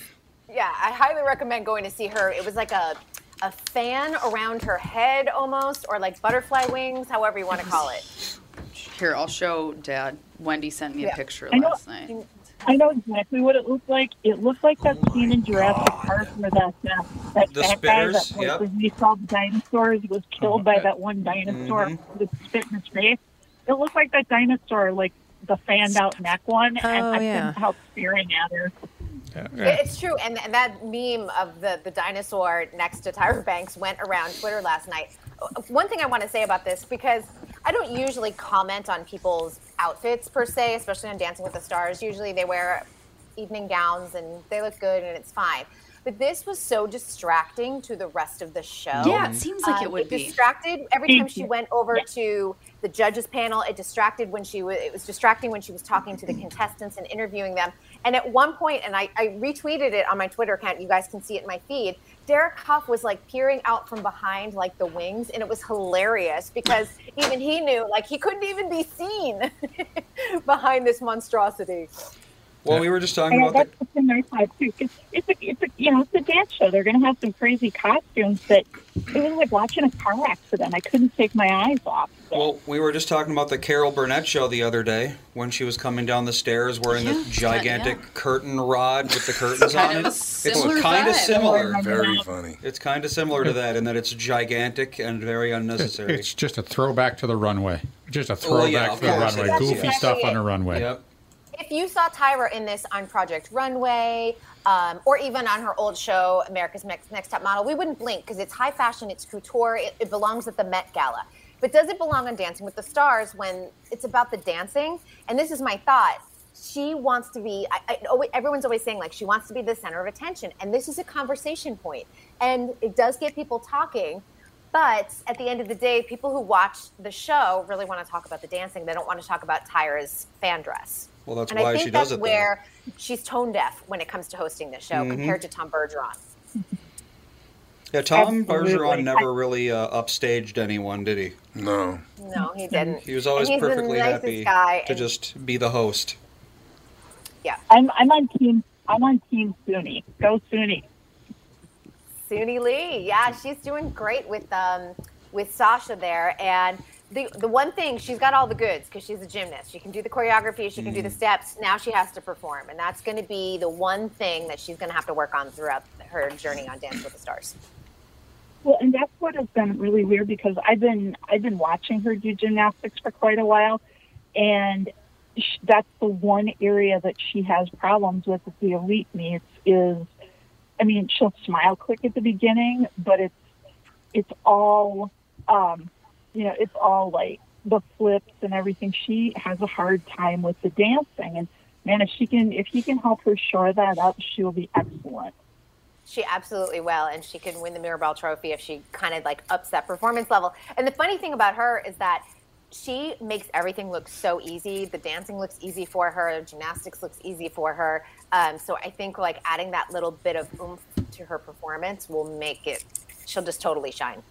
D: yeah, I highly recommend going to see her. It was like a a fan around her head almost, or like butterfly wings, however you want to call it.
C: Here, I'll show Dad. Wendy sent me
D: Yeah.
C: a picture
J: I know-
C: last night.
J: I know exactly what it looked like. It looked like that
G: Oh
J: scene in Jurassic Park where that uh, that
C: The
J: fat guy
C: spitters,
J: that like,
C: yep.
J: when we saw the dinosaurs was killed by that one dinosaur
G: Mm-hmm.
J: with spit in his face. It looked like that dinosaur, like the fanned out neck one, and
H: Oh,
J: I
H: yeah.
J: couldn't help staring at her.
D: It's true, and, and that meme of the, the dinosaur next to Tyra Banks went around Twitter last night. Uh, One thing I want to say about this because I don't usually comment on people's outfits per se, especially on Dancing with the Stars. Usually they wear evening gowns and they look good and it's fine. But this was so distracting to the rest of the show. Um,
C: Yeah, it seems like it would be.
D: distracted every time she went over to the judges panel. It distracted when she was. It was distracting when she was talking to the contestants and interviewing them. And at one point, and I, I retweeted it on my Twitter account. You guys can see it in my feed. Derek Huff was like peering out from behind, like the wings, and it was hilarious because even he knew, like he couldn't even be seen behind this monstrosity.
G: Well, we were just talking
J: And
G: about that.
J: that's what's in my thought too, 'cause it's a, it's a, you know, it's a dance show. They're going to have some crazy costumes, but it was like watching a car accident. I couldn't take my eyes off.
G: Well, we were just talking about the Carol Burnett show the other day when she was coming down the stairs wearing this gigantic curtain rod with the curtains
C: Kind
G: on
C: of
G: it.
C: a similar
G: it's kind of
C: vibe.
G: similar.
C: Very
A: funny.
G: It's kind of similar to that in that it's gigantic and very unnecessary.
B: It's just a throwback to the runway. Just a
G: Well,
B: throwback
G: yeah, of
B: to the
G: course it
B: runway.
G: is,
B: Goofy
D: yeah.
B: stuff on the runway.
G: Yep.
D: If you saw Tyra in this on Project Runway, um, or even on her old show America's Next, Next Top Model, we wouldn't blink because it's high fashion, it's couture, it, it belongs at the Met Gala. But does it belong on Dancing with the Stars when it's about the dancing? And this is my thought. She wants to be. I, I, always, everyone's always saying like she wants to be the center of attention, and this is a conversation point, and it does get people talking. But at the end of the day, people who watch the show really want to talk about the dancing. They don't want to talk about Tyra's fan dress.
G: Well, that's
D: and
G: why
D: I think
G: she
D: that's
G: does it, though.
D: where she's tone deaf when it comes to hosting this show
G: Mhm.
D: compared to Tom Bergeron.
G: Yeah, Tom
D: Absolutely.
G: Bergeron never really uh, upstaged anyone, did he?
A: No.
D: No, he
G: Hmm.
D: didn't.
G: He was always
D: and he's
G: perfectly
D: the nicest
G: happy
D: guy.
G: to just be the host.
D: yeah,
J: I'm I'm on team I'm on team SUNY. Go SUNY.
D: Suni Lee. Yeah, she's doing great with um with Sasha there. And the the one thing she's got all the goods because she's a gymnast. She can do the choreography. She can do
G: Mm-hmm.
D: the
K: Mm.
D: steps. Now she has to perform, and that's going to be the one thing that she's going to have to work on throughout her journey on Dance with the Stars.
J: Well, and that's what has been really weird because I've been I've been watching her do gymnastics for quite a while, and sh that's the one area that she has problems with at the elite meets is, I mean, she'll smile quick at the beginning, but it's it's all, um, you know, it's all like the flips and everything. She has a hard time with the dancing, and man, if she can if he can help her shore that up, she will be excellent.
D: She absolutely will, and she can win the Mirabelle Trophy if she kind of like ups that performance level. And the funny thing about her is that she makes everything look so easy. The dancing looks easy for her. Gymnastics looks easy for her. Um, so I think like adding that little bit of oomph to her performance will make it. She'll just totally shine.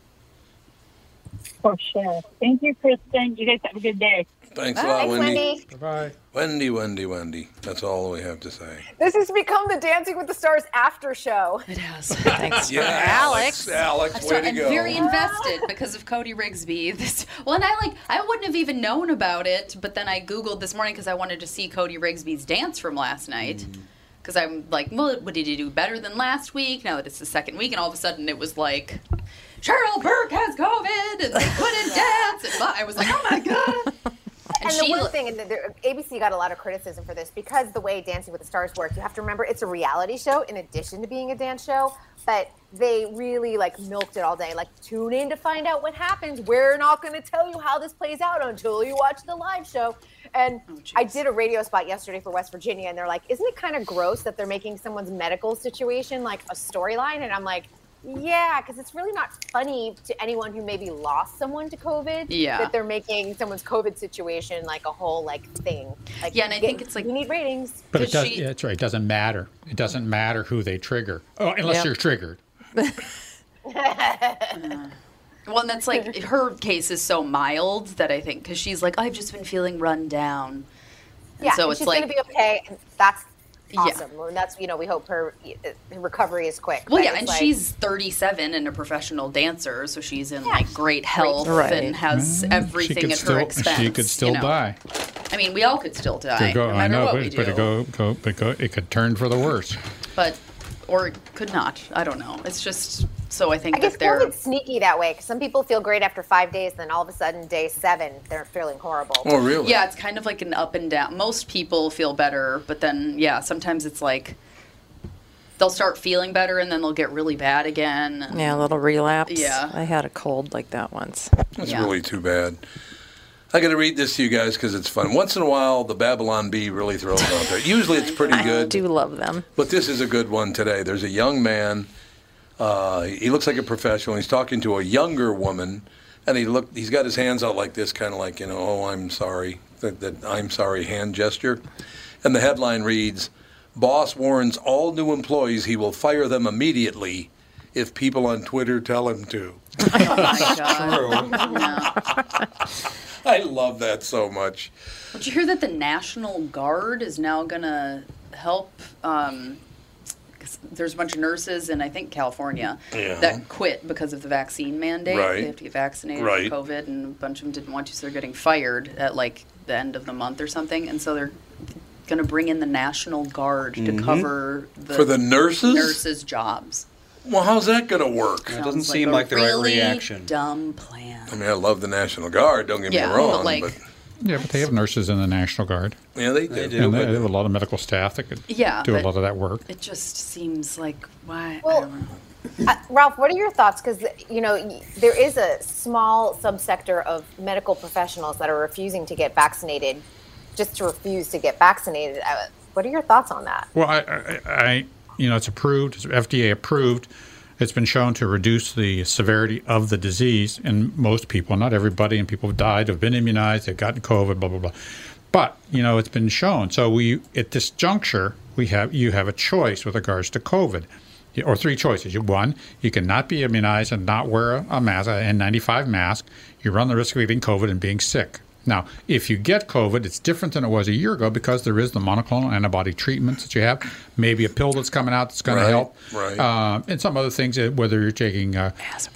J: For sure. Thank you, Kristen. You guys have a good day.
A: Thanks a lot, Wendy. Bye. Wendy, Wendy, Wendy. That's all we have to say.
D: This has become the Dancing with the Stars after show.
C: It has.
A: yeah, Alex. Alex,
C: I'm,
A: way
C: sorry,
A: to
C: I'm
A: go.
C: very invested because of Cody Rigsby. This well, and I like I wouldn't have even known about it, but then I googled this morning because I wanted to see Cody Rigsby's dance from last night.
A: Mm.
C: Because I'm like, well, what did he do better than last week? Now that it's the second week, and all of a sudden it was like, Cheryl Burke has COVID and they couldn't dance. And I was like, oh my god.
D: And, the
E: she
D: one
E: lo-
D: thing, and the, the, ABC got a lot of criticism for this because the way Dancing with the Stars works, you have to remember it's a reality show in addition to being a dance show. But they really like milked it all day. Like, tune in to find out what happens. We're not going to tell you how this plays out until you watch the live show. And
E: Oh,
D: I did a radio spot yesterday for West Virginia, and they're like, "Isn't it kind of gross that they're making someone's medical situation like a storyline?" And I'm like. Yeah, because it's really not funny to anyone who maybe lost someone to COVID.
E: Yeah.
D: That they're making someone's COVID situation like a whole like thing. Like
E: Yeah, and I
D: get-
E: think it's like
D: we need ratings.
B: But it does. yeah, that's right. It doesn't matter. It doesn't matter who they trigger, oh,
E: Yeah.
B: unless you're triggered.
E: Well, and that's like her case is so mild that I think because she's like, I've just been feeling run down. And
D: yeah,
E: so
D: and
E: it's
D: she's
E: like,
D: gonna be okay. And that's
E: Yeah.
D: awesome. And that's you know we hope her, uh, her recovery is quick.
E: well,
D: But
E: yeah,
D: it's
E: and
D: like-
E: she's 37 and a professional dancer, so she's in
D: Yeah,
E: like
D: she's
E: great health
B: Right.
E: and has
B: Mm, she
E: everything
B: could
E: at
B: still,
E: her expense.
B: She could still
E: you know?
B: die.
E: I mean, we all could still die,
B: Could go-
E: no
B: I
E: matter
B: know,
E: what
B: but,
E: we do.
B: but it go, go, but go, it could turn for the worse.
E: but or could not. I don't know. It's just so I think
D: I guess
E: that they're
D: COVID's sneaky that way because some people feel great after five days, and then all of a sudden day seven they're feeling horrible.
B: Oh,
E: Yeah, it's kind of like an up and down. Most people feel better, but then yeah, sometimes it's like they'll start feeling better and then they'll get really bad again. and-
H: Yeah, a little relapse.
E: Yeah.
H: I had a cold like that once.
A: That's really too bad. I got to read this to you guys because it's fun. Once in a while, the Babylon Bee really throws it out there. Usually, it's pretty good. I do
H: love them.
A: But this is a good one today. There's a young man. Uh, he looks like a professional. He's talking to a younger woman, and he looked. He's got his hands out like this, kind of like you know, oh, I'm sorry, that, that I'm sorry hand gesture. And the headline reads, "Boss warns all new employees he will fire them immediately if people on Twitter tell him to."
E: Oh my god.
A: I love that so much.
E: Did you hear that the National Guard is now gonna help? Um, 'cause there's a bunch of nurses in I think California
A: Yeah.
E: that quit because of the vaccine mandate.
A: Right.
E: They have to get vaccinated
A: Right.
E: for COVID, and a bunch of them didn't want to, so they're getting fired at like the end of the month or something, and so they're gonna bring in the National Guard
A: Mhm.
E: to cover the
A: For the nurses?
E: nurses' jobs.
A: Well, how's that going to
E: Sounds
A: work?
E: a really Dumb plan.
A: I mean, I love the National Guard. Don't get me
E: Yeah,
A: wrong,
E: but, like-
B: Yeah, but they have nurses in the National Guard.
A: Yeah, they do. They do,
B: and they,
A: but-
B: they have a lot of medical staff that could
E: Yeah,
B: do a
E: but-
B: lot of that work.
E: It just seems like why.
D: Well, uh, Ralph, what are your thoughts? Because you know y- there is a small subsector of medical professionals that are refusing to get vaccinated, just to refuse to get vaccinated. Uh, What are your thoughts on that?
B: Well, I, I, I, you know, it's approved, it's FDA approved. It's been shown to reduce the severity of the disease in most people, not everybody, and people have died, have been immunized, they've gotten COVID, blah, blah, blah. But, you know, it's been shown. So we, at this juncture, we have, you have a choice with regards to COVID. Or three choices. You- One, you cannot be immunized and not wear a, a mask, an N95 mask. You run the risk of getting COVID and being sick. Now, if you get COVID, it's different than it was a year ago because there is the monoclonal antibody treatments that you have, maybe a pill that's coming out that's going
A: Right,
B: to help,
A: right.
B: Um, and some other things. uh, Whether you're taking uh,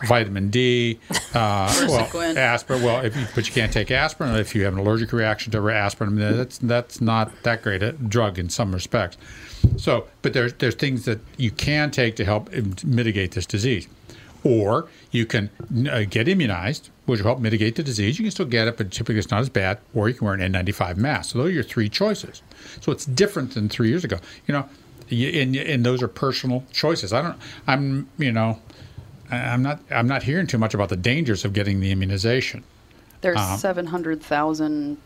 B: vitamin D, uh, well,
A: Persequin.
B: aspirin. Well, if you, but you can't take aspirin if you have an allergic reaction to aspirin. then That's that's not that great a drug in some respects. So, but there's there's things that you can take to help um, mitigate this disease or you can uh, get immunized, which will help mitigate the disease. You can still get it, but typically it's not as bad. Or you can wear an N95 mask. So those are your three choices. So it's different than three years ago. You know, y- and and those are personal choices. I don't. I'm you know, I- I'm not. I'm not hearing too much about the dangers of getting the immunization.
E: There's
B: Um,
E: 700,000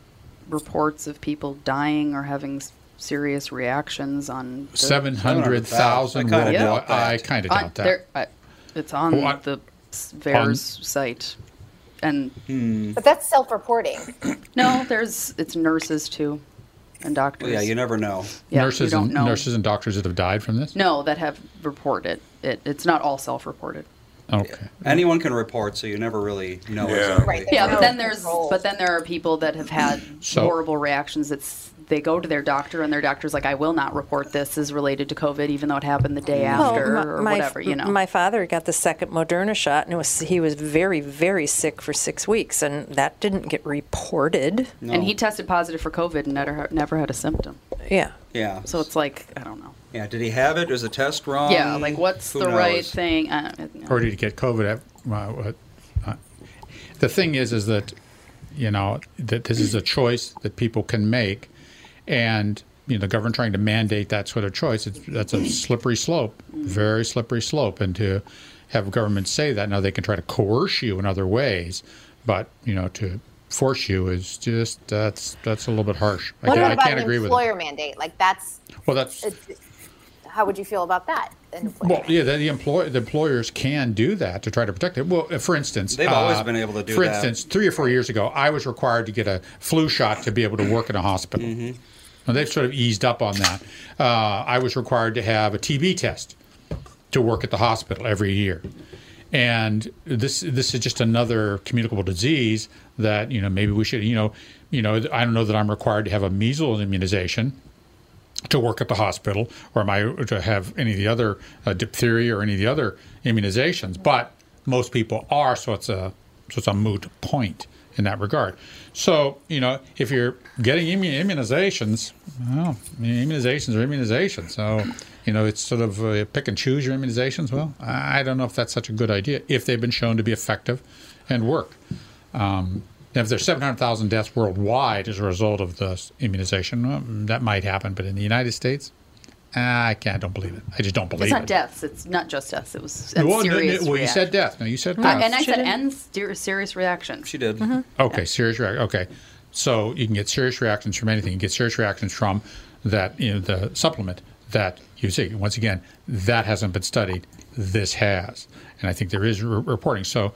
E: reports of people dying or having s- serious reactions on. the-
B: Seven hundred thousand.
E: I kinda doubt
B: I kind of
E: On-
B: doubt that.
E: there- I- it's on
B: Well, I-
E: the s- VAERS site. And
D: But that's self-reporting.
E: no, there's it's nurses too and doctors.
G: Well, yeah, you never know.
E: Yeah, you
B: nurses
E: don't
B: and
E: know.
B: nurses and doctors that have died from this.
E: No, that have reported it. It's not all self-reported.
B: Okay.
G: Anyone can report, so you never really know
B: Yeah.
G: exactly.
E: Yeah, but then there's but then there are people that have had
G: So-
E: horrible reactions. It's they go to their doctor and their doctor's like, I will not report this as related to COVID, even though it happened the day
B: Mm.
H: Well,
E: after
H: my-
E: or
H: my,
E: whatever. You know,
H: My father got the second Moderna shot, and it was he was very, very sick for six weeks, and that didn't get reported.
E: and he tested positive for COVID and never never had a symptom.
H: yeah.
G: Yeah.
E: So it's like I don't know.
G: Yeah. Did he have it? Is the test wrong?
E: yeah, like what's
G: Um, Who
E: the right
G: knows?
E: thing? I don't,
B: uh, or did he get COVID? At, uh, uh, the thing is, is that you know, that this is a choice that people can make, and you know, the government trying to mandate that sort of choice. It's, that's a slippery slope,
D: Mm-hmm.
B: very slippery slope, and to have governments say that now they can try to coerce you in other ways, but you know, to force you is just that's that's a little bit harsh. I,
D: What
B: can't- I
D: about
B: can't
D: an
B: agree with it.
D: employer mandate? Like that's
B: Well, that's
D: it's- how would you feel about that? And
B: Well, yeah, the, the employ the employers can do that to try to protect it. Well, uh, for instance,
G: They've always been able to do
B: For
G: that.
B: instance, three or four years ago, I was required to get a flu shot to be able to work in a hospital.
G: Mm-hmm.
B: Now, they've sort of eased up on that. Uh, I was required to have a TB test to work at the hospital every year. And this this is just another communicable disease that you know maybe we should you know you know I don't know that I'm required to have a measles immunization to work at the hospital, or am I to have any of the other uh, diphtheria or any of the other immunizations? But most people are, so it's a so it's a moot point in that regard. So you know, if you're getting immu- immunizations, well, immunizations are immunizations. So you know, it's sort of uh, pick and choose your immunizations. Well, I I don't know if that's such a good idea if they've been shown to be effective and work. Um, and if there's 700,000 deaths worldwide as a result of this immunization, well, that might happen. But in the United States, ah, I can't. I don't believe it. I just don't believe
E: It's not
B: it.
E: deaths. It's not just deaths. It was
B: No, well, no, no,
E: serious.
B: well, you said
E: reaction.
B: death. No, you said
E: Uh,
B: death.
E: and I said and ser- serious reaction.
G: She did.
E: Mhm.
B: Okay, serious reaction. Okay, so you can get serious reactions from anything. You can get serious reactions from that you know the supplement that you see. Once again, that hasn't been studied. This has, and I think there is re- reporting. So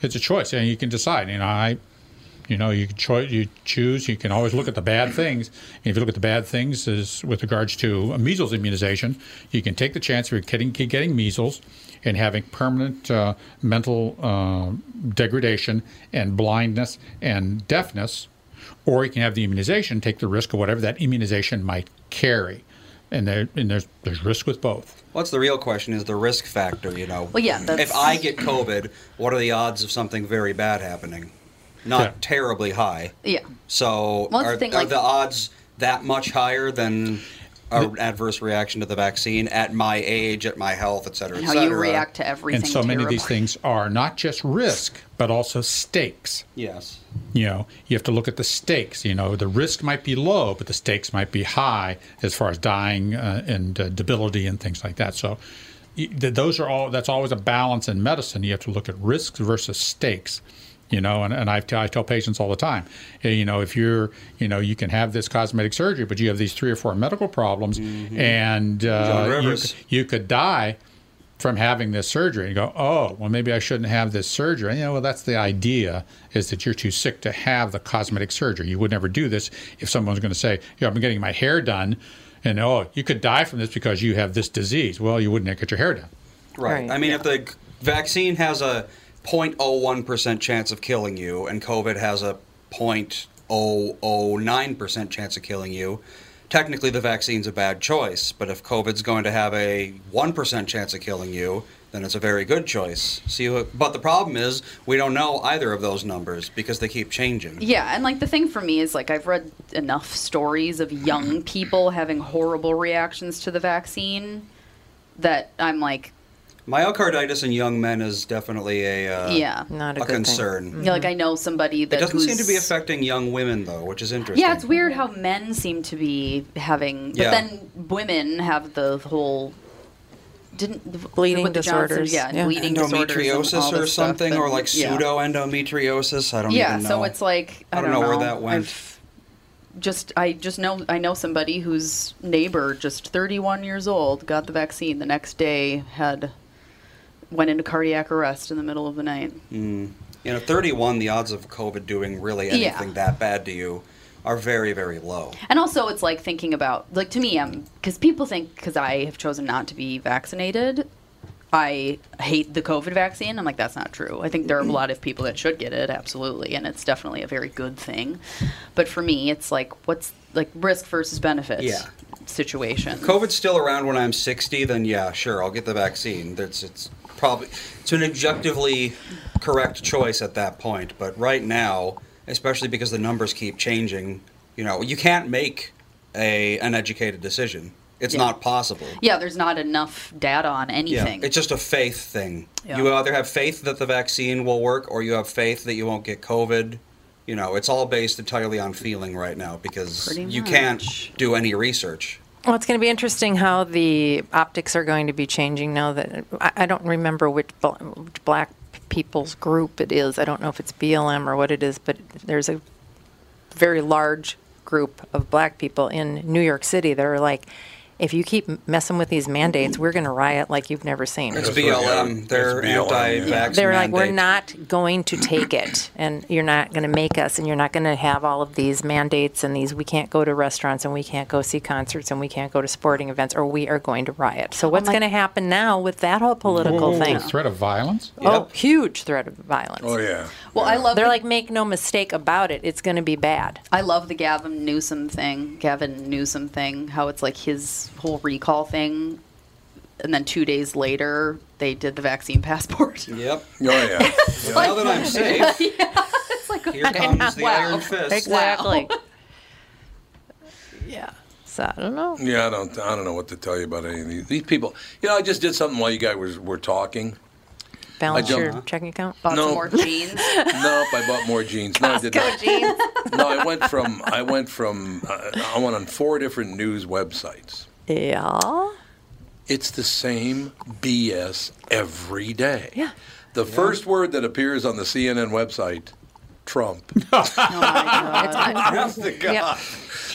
B: it's a choice, and you can decide. You know, I, you know, you can choice. You choose. You can always look at the bad things. And if you look at the bad things, is with regards to a measles immunization, you can take the chance of getting getting measles and having permanent uh, mental uh, degradation and blindness and deafness, or you can have the immunization, take the risk of whatever that immunization might carry, and there and there's there's risk with both.
G: What's the real question is the risk factor, you know?
E: Well, yeah, that's-
G: If I get COVID, what are the odds of something very bad happening? Not
E: Yeah.
G: terribly high.
E: Yeah.
G: So
E: Well, that's
G: are,
E: the thing,
G: are
E: like-
G: the odds that much higher than an adverse reaction to the vaccine at my age, at my health, et cetera, et
E: And how you
G: cetera?
E: react to everything.
B: and so many of these
E: terrible.
B: things are not just risk but also stakes.
G: Yes.
B: You know, you have to look at the stakes. You know, the risk might be low, but the stakes might be high as far as dying uh, and uh, debility and things like that. So, y- th- those are all. That's always a balance in medicine. You have to look at risks versus stakes. You know, and, and I, t- I tell patients all the time, eh, you know, if you're, you know, you can have this cosmetic surgery, but you have these three or four medical problems, and
G: John
B: uh, you,
G: Rivers.
B: c- you could die from having this surgery and go, oh, well, maybe I shouldn't have this surgery. You know, well, that's the idea is that you're too sick to have the cosmetic surgery. You would never do this if someone's going to say, you know, I'm getting my hair done. And oh, you could die from this because you have this disease. Well, you wouldn't get your hair done.
G: Right. I mean, if the g- vaccine has a 0.01% chance of killing you and COVID has a 0.009% chance of killing you, technically the vaccine's a bad choice. But if COVID's going to have a 1% chance of killing you, then it's a very good choice. See, wh- but the problem is we don't know either of those numbers because they keep changing.
E: Yeah, and like the thing for me is like I've read enough stories of young people having horrible reactions to the vaccine that I'm like,
G: Myocarditis in young men is definitely a uh,
E: yeah, not
G: a concern.
H: Mm-hmm.
E: Yeah, like I know somebody that
G: it doesn't seem to
E: who's-
G: be affecting young women though, which is interesting.
E: Yeah, it's weird how men seem to be having, but
G: Yeah.
E: then women have the whole didn't the-
H: Bleeding
E: with the Johnson's-
H: disorders,
E: yeah,
H: yeah.
E: bleeding disorders and all
G: endometriosis or
E: this stuff,
G: something,
E: but-
G: or like
E: yeah.
G: pseudo endometriosis. I don't
E: yeah,
G: even know.
E: so it's like I,
G: I don't know where that went.
E: I've just I just know I know somebody whose neighbor, just 31 years old, got the vaccine the next day, had went into cardiac arrest in the middle of the night.
G: Mm. You know, 31, the odds of COVID doing really
E: Yeah.
G: anything that bad to you are very, very low.
E: And also, it's like thinking about like to me, um, because people think because I have chosen not to be vaccinated, I hate the COVID vaccine. I'm like, that's not true. I think there are a lot of people that should get it, absolutely, and it's definitely a very good thing. But for me, it's like, what's like risk versus benefit
G: Yeah.
E: situation?
G: If COVID's still around when I'm 60, then yeah, sure, I'll get the vaccine. That's it's probably it's an objectively correct choice at that point. But right now, especially because the numbers keep changing, you know, you can't make a an educated decision. It's
E: Yeah.
G: not possible.
E: Yeah, there's not enough data on anything.
G: Yeah, it's just a faith thing.
E: Yeah.
G: You either have faith that the vaccine will work or you have faith that you won't get COVID. You know, it's all based entirely on feeling right now because
H: Pretty
G: you can't do any research.
H: Well, it's going to be interesting how the optics are going to be changing now that I, I don't remember which, bl- which black people's group it is. I don't know if it's BLM or what it is, but there's a very large group of black people in New York City that are like, if you keep messing with these mandates, we're going to riot like you've never seen.
G: It's BLM. They're anti-vax.
H: They're like, we're
G: mandate.
H: not going to take it, and you're not going to make us, and you're not going to have all of these mandates and these. We can't go to restaurants, and we can't go see concerts, and we can't go to sporting events, or we are going to riot. So what's
B: my-
H: going to happen now with that whole political
B: Whoa, whoa, whoa,
H: thing?
B: Threat of violence?
H: Oh, huge threat of violence.
B: Oh, yeah.
H: Well, I love. They're like, make no mistake about it. It's going to be bad.
E: I love the Gavin Newsom thing, Gavin Newsom thing, how it's like his whole recall thing. And then two days later, they did the vaccine passport.
G: Yep.
A: Oh, yeah.
G: Now that I'm safe,
E: yeah, it's like,
G: Here comes the
E: wow.
G: iron fist.
H: Exactly. yeah. So I don't know.
A: Yeah, I don't. I don't know what to tell you about any of these, these people. You know, I just did something while you guys were, were talking.
H: Balance
A: I
H: your
A: jumped-
H: checking account.
A: Bought some No. more
E: jeans.
A: nope, I bought more jeans. No, I did not.
H: jeans.
A: No, I went from I went from uh, I went on four different news websites.
H: Yeah.
A: It's the same BS every day. Yeah. The first word that appears on the CNN website, Trump. Ah. Honest to God.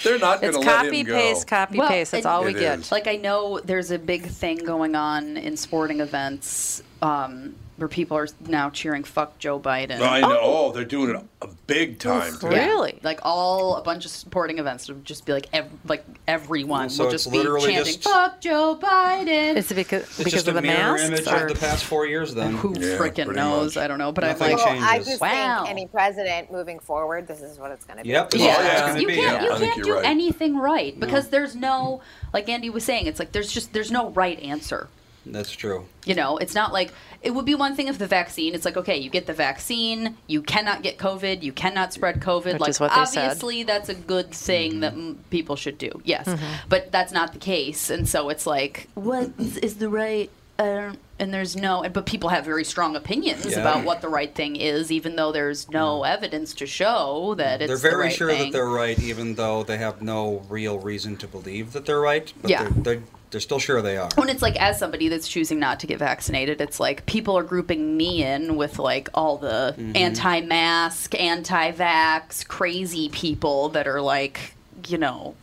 A: They're not going
H: It's
A: to let
H: copy
A: him go.
H: paste, copy
E: Well,
H: paste. That's
E: and-
H: all we get.
E: Like I know there's a big thing going on in sporting events um, where people are now cheering "fuck Joe Biden."
A: I know. Oh, they're doing it a big
H: Oh,
A: time. today.
E: Yeah. Like all a bunch of sporting events would just be like ev- like everyone
A: So
E: will
A: it's
E: just be
A: literally
E: chanting
A: just-
E: "fuck Joe Biden."
H: Is it because
G: It's just a mirror image of the past four years. Then
E: who freaking knows? I don't know, but
G: Nothing
E: I'm like,
G: changes.
D: I just
E: Wow.
D: think any president moving forward, this is what it's going to be.
G: Yep.
E: Yeah.
G: Well, that's gonna
E: you
G: be-
E: can't,
G: yeah, I
E: you
G: think
E: can't do
G: you're right.
E: anything right
G: No.
E: because there's no, like Andy was saying, it's like there's just there's no right answer.
G: That's true.
E: You know, it's not like it would be one thing if the vaccine. It's like okay, you get the vaccine, you cannot get COVID, you cannot spread COVID.
H: Which
E: like
H: is what they said.
E: obviously, that's a good thing that mm, people should do. Yes,
H: Mhm.
E: but that's not the case, and so it's like what is the right? I don't, and there's no, and- but people have very strong opinions
G: Yeah.
E: about what the right thing is, even though there's no evidence to show that it's
G: They're
E: the
G: very
E: right
G: sure
E: thing.
G: that they're right, even though they have no real reason to believe that they're right. But
E: Yeah.
G: they're, they're, they're still sure they are.
E: When it's like, as somebody that's choosing not to get vaccinated, it's like people are grouping me in with like all the
G: Mhm.
E: anti mask, anti vax, crazy people that are like, you know,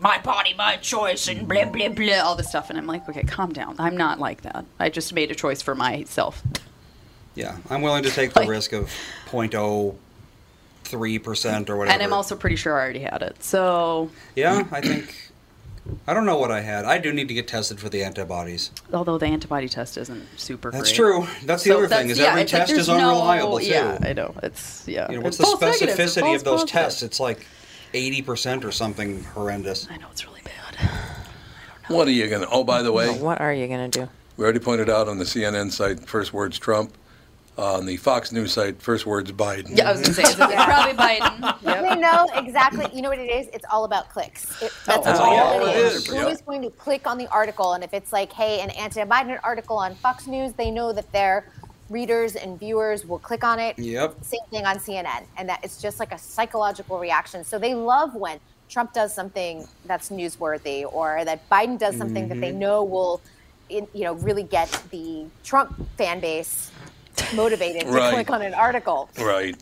E: my body, my choice, and blah, blah, blah, all this stuff. And I'm like, okay, calm down. I'm not like that. I just made a choice for myself.
G: Yeah, I'm willing to take the risk of 0.03 percent or whatever.
E: And I'm also pretty sure I already had it. So,
G: yeah, I think I don't know what I had. I do need to get tested for the antibodies.
E: although the antibody test isn't super
G: That's
E: great.
G: true. That's the
E: So
G: other thing
E: that's-
G: is
E: yeah,
G: every
E: it's like
G: test is
E: there's no-
G: unreliable too.
E: yeah, I know. It's yeah.
G: You know, what's the
E: It's false negatives, it's
G: specificity
E: false
G: of those
E: positives.
G: tests? It's like 80% or something horrendous. I
E: know it's really bad.
A: What are you going to? Oh, by the way,
H: what are you going to do?
A: We already pointed out on the CNN site, first words Trump. Uh, on the Fox News site, first words Biden.
E: Yeah, I was going to say, it's, it's probably Biden.
D: They know exactly. You know what it is? It's all about clicks. It, that's
A: Oh,
D: all,
A: yeah.
D: it
A: it
D: is.
A: is.
D: Who
A: Yeah.
D: is going to click on the article? And if it's like, hey, an anti-Biden article on Fox News, they know that their readers and viewers will click on it.
G: Yep.
D: Same thing on CNN, and that it's just like a psychological reaction. So they love when Trump does something that's newsworthy, or that Biden does something that they
G: Mhm.
D: know will, in, you know, really get the Trump fan base motivated
A: Right.
D: to click on an article.
A: Right.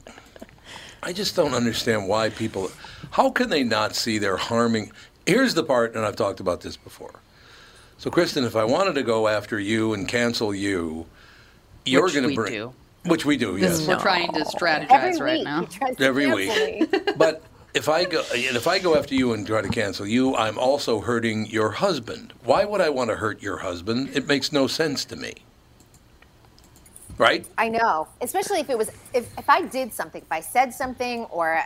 A: I just don't understand why people. How can they not see they're harming? Here's the part, and I've talked about this before. So, Kristen, if I wanted to go after you and cancel you, you're
E: Which
A: going to
E: we
A: bring.
E: do.
A: Which we do,
E: This
A: yes.
E: we're trying to strategize
D: Every
E: right
D: week
E: now.
D: he tries to
A: Every
D: cancel
A: week. But if I go and if I go after you and try to cancel you, I'm also hurting your husband. Why would I want to hurt your husband? It makes no sense to me. Right?
D: I know, especially if it was if, if I did something, if I said something or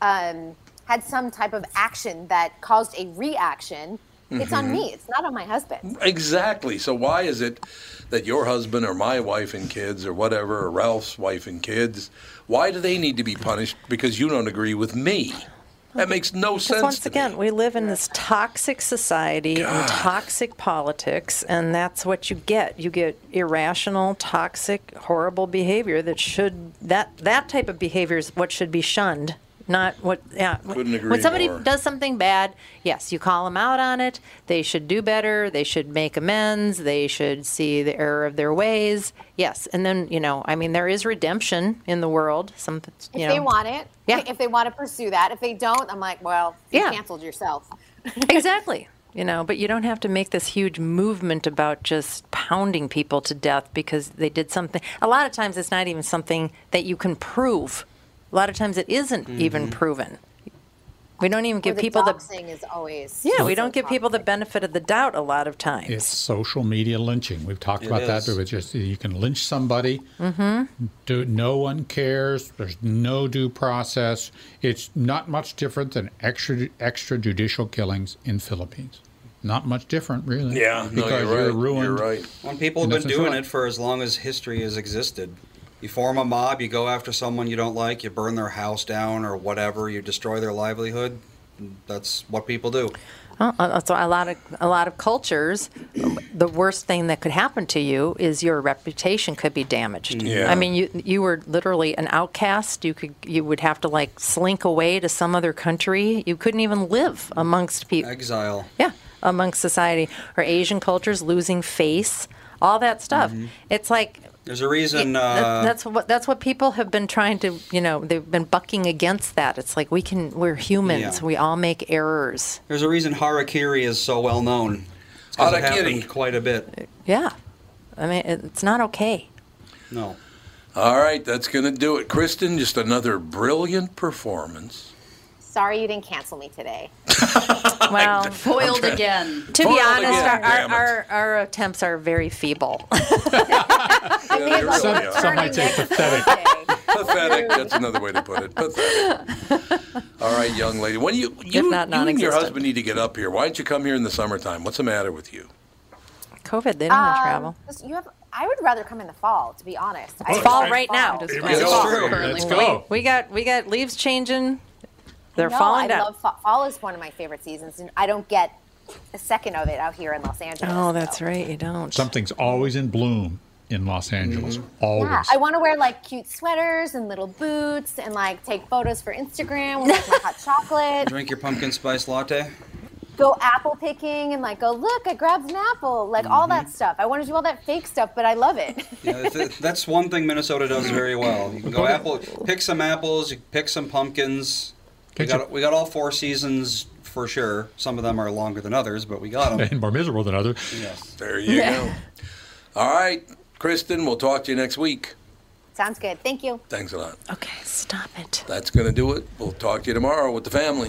D: um, had some type of action that caused a reaction, it's on
C: Mm-hmm.
A: Mhm.
D: me. It's not on my husband.
A: Exactly. So why is it that your husband or my wife and kids or whatever or Ralph's wife and kids, why do they need to be punished because you don't agree with me? That makes no
H: Because
A: sense.
H: once
A: to me.
H: again, we live in this toxic society and toxic politics, and that's what you get. You get irrational, toxic, horrible behavior that should that that type of behavior is what should be shunned. Not what, yeah.
A: Couldn't agree
H: when somebody
A: more.
H: does something bad, yes, you call them out on it. They should do better. They should make amends. They should see the error of their ways. Yes, and then you know, I mean, there is redemption in the world. Some,
D: If
H: you know,
D: they want it,
H: Yeah.
D: if they want to pursue that, if they don't, I'm like, well, you
H: Yeah.
D: canceled yourself.
H: exactly you know but you don't have to make this huge movement about just pounding people to death because they did something a lot of times it's not even something that you can prove a lot of times it isn't even
D: Mhm.
H: proven we don't even give
D: Or the
H: people the
D: doxing is always
H: yeah we
D: so
H: don't give people the benefit of the doubt a lot of times
B: It's social media lynching. We've talked
H: It
B: about that,
H: is.
B: but it's just you can lynch somebody.
H: mm-hmm
B: Do, no one cares. There's no due process. It's not much different than extra extrajudicial killings in Philippines. Not much different, really.
A: Yeah, no,
B: because
A: you're right.
B: you're ruined.
A: You're right.
G: When people have
B: And
G: been
B: that's
G: doing
B: not-
G: it for as long as history has existed, you form a mob, you go after someone you don't like, you burn their house down or whatever, you destroy their livelihood. That's what people do.
H: Well, uh, so a lot of a lot of cultures, the worst thing that could happen to you is your reputation could be damaged.
E: Yeah.
H: I mean, you you were literally an outcast. You could you would have to like slink away to some other country. You couldn't even live amongst people.
G: Exile.
H: Yeah, amongst society or Asian cultures losing face, all that stuff.
G: Mhm.
H: It's like
G: There's a reason.
H: that-
G: Uh,
H: that's what that's what people have been trying to you know they've been bucking against that. It's like we can we're humans.
G: Yeah.
H: We all make errors.
G: there's a reason harakiri is so well known. It's 'cause it happened quite a bit.
H: Yeah. I mean, it- it's not okay.
G: No.
A: All right, that's going to do it. Kristen, just another brilliant performance.
D: Sorry you didn't cancel me today.
H: Well,
C: Foiled
A: trying-
C: again.
H: To be
C: Foiled
H: honest,
C: again,
H: our, our,
C: damn it.
H: our, our attempts are very feeble.
D: I
A: Yeah, they
D: think
A: really
D: like,
A: are.
D: what's
A: Some
D: starting
A: might say
D: next
A: pathetic.
D: Thursday.
A: Pathetic. That's another way to put it. Pathetic. All right, young lady. When you you,
H: not
A: you and your
H: non-existent.
A: husband need to get up here. Why don't you come here in the summertime? What's the matter with you?
H: COVID, they don't want to
D: Um,
H: travel.
D: just- You have, I would rather come in the fall, to be honest. I
H: It's
D: would
H: fall
D: rather
H: right
D: fall.
H: now.
D: It
A: is It's fall. true.
H: Currently.
A: Let's go.
H: We, we got we got leaves changing. They're
D: No,
H: falling
D: I
H: down.
D: love fall. fall is one of my favorite seasons, and I don't get a second of it out here in Los Angeles.
H: oh, that's right. You don't.
B: Something's always in bloom in Los Angeles.
A: Mm-hmm.
B: Always.
D: Yeah, I want to wear like cute sweaters and little boots and like take photos for Instagram with like, my hot chocolate.
G: Drink your pumpkin spice latte.
D: Go apple picking and like go look, I grabbed an apple, like all that stuff. I want to do all that fake stuff, but I love it.
G: Yeah, th- that's one thing Minnesota does very well. You can go apple, pick some apples, you pick some pumpkins. We got, we got all four seasons for sure. Some of them are longer than others, but we got them.
B: and more miserable than others.
G: Yes.
A: There you go. All right, Kristen. We'll talk to you next week.
D: Sounds good. Thank you.
A: Thanks a lot.
H: Okay, stop it.
A: That's going to do it. We'll talk to you tomorrow with the family.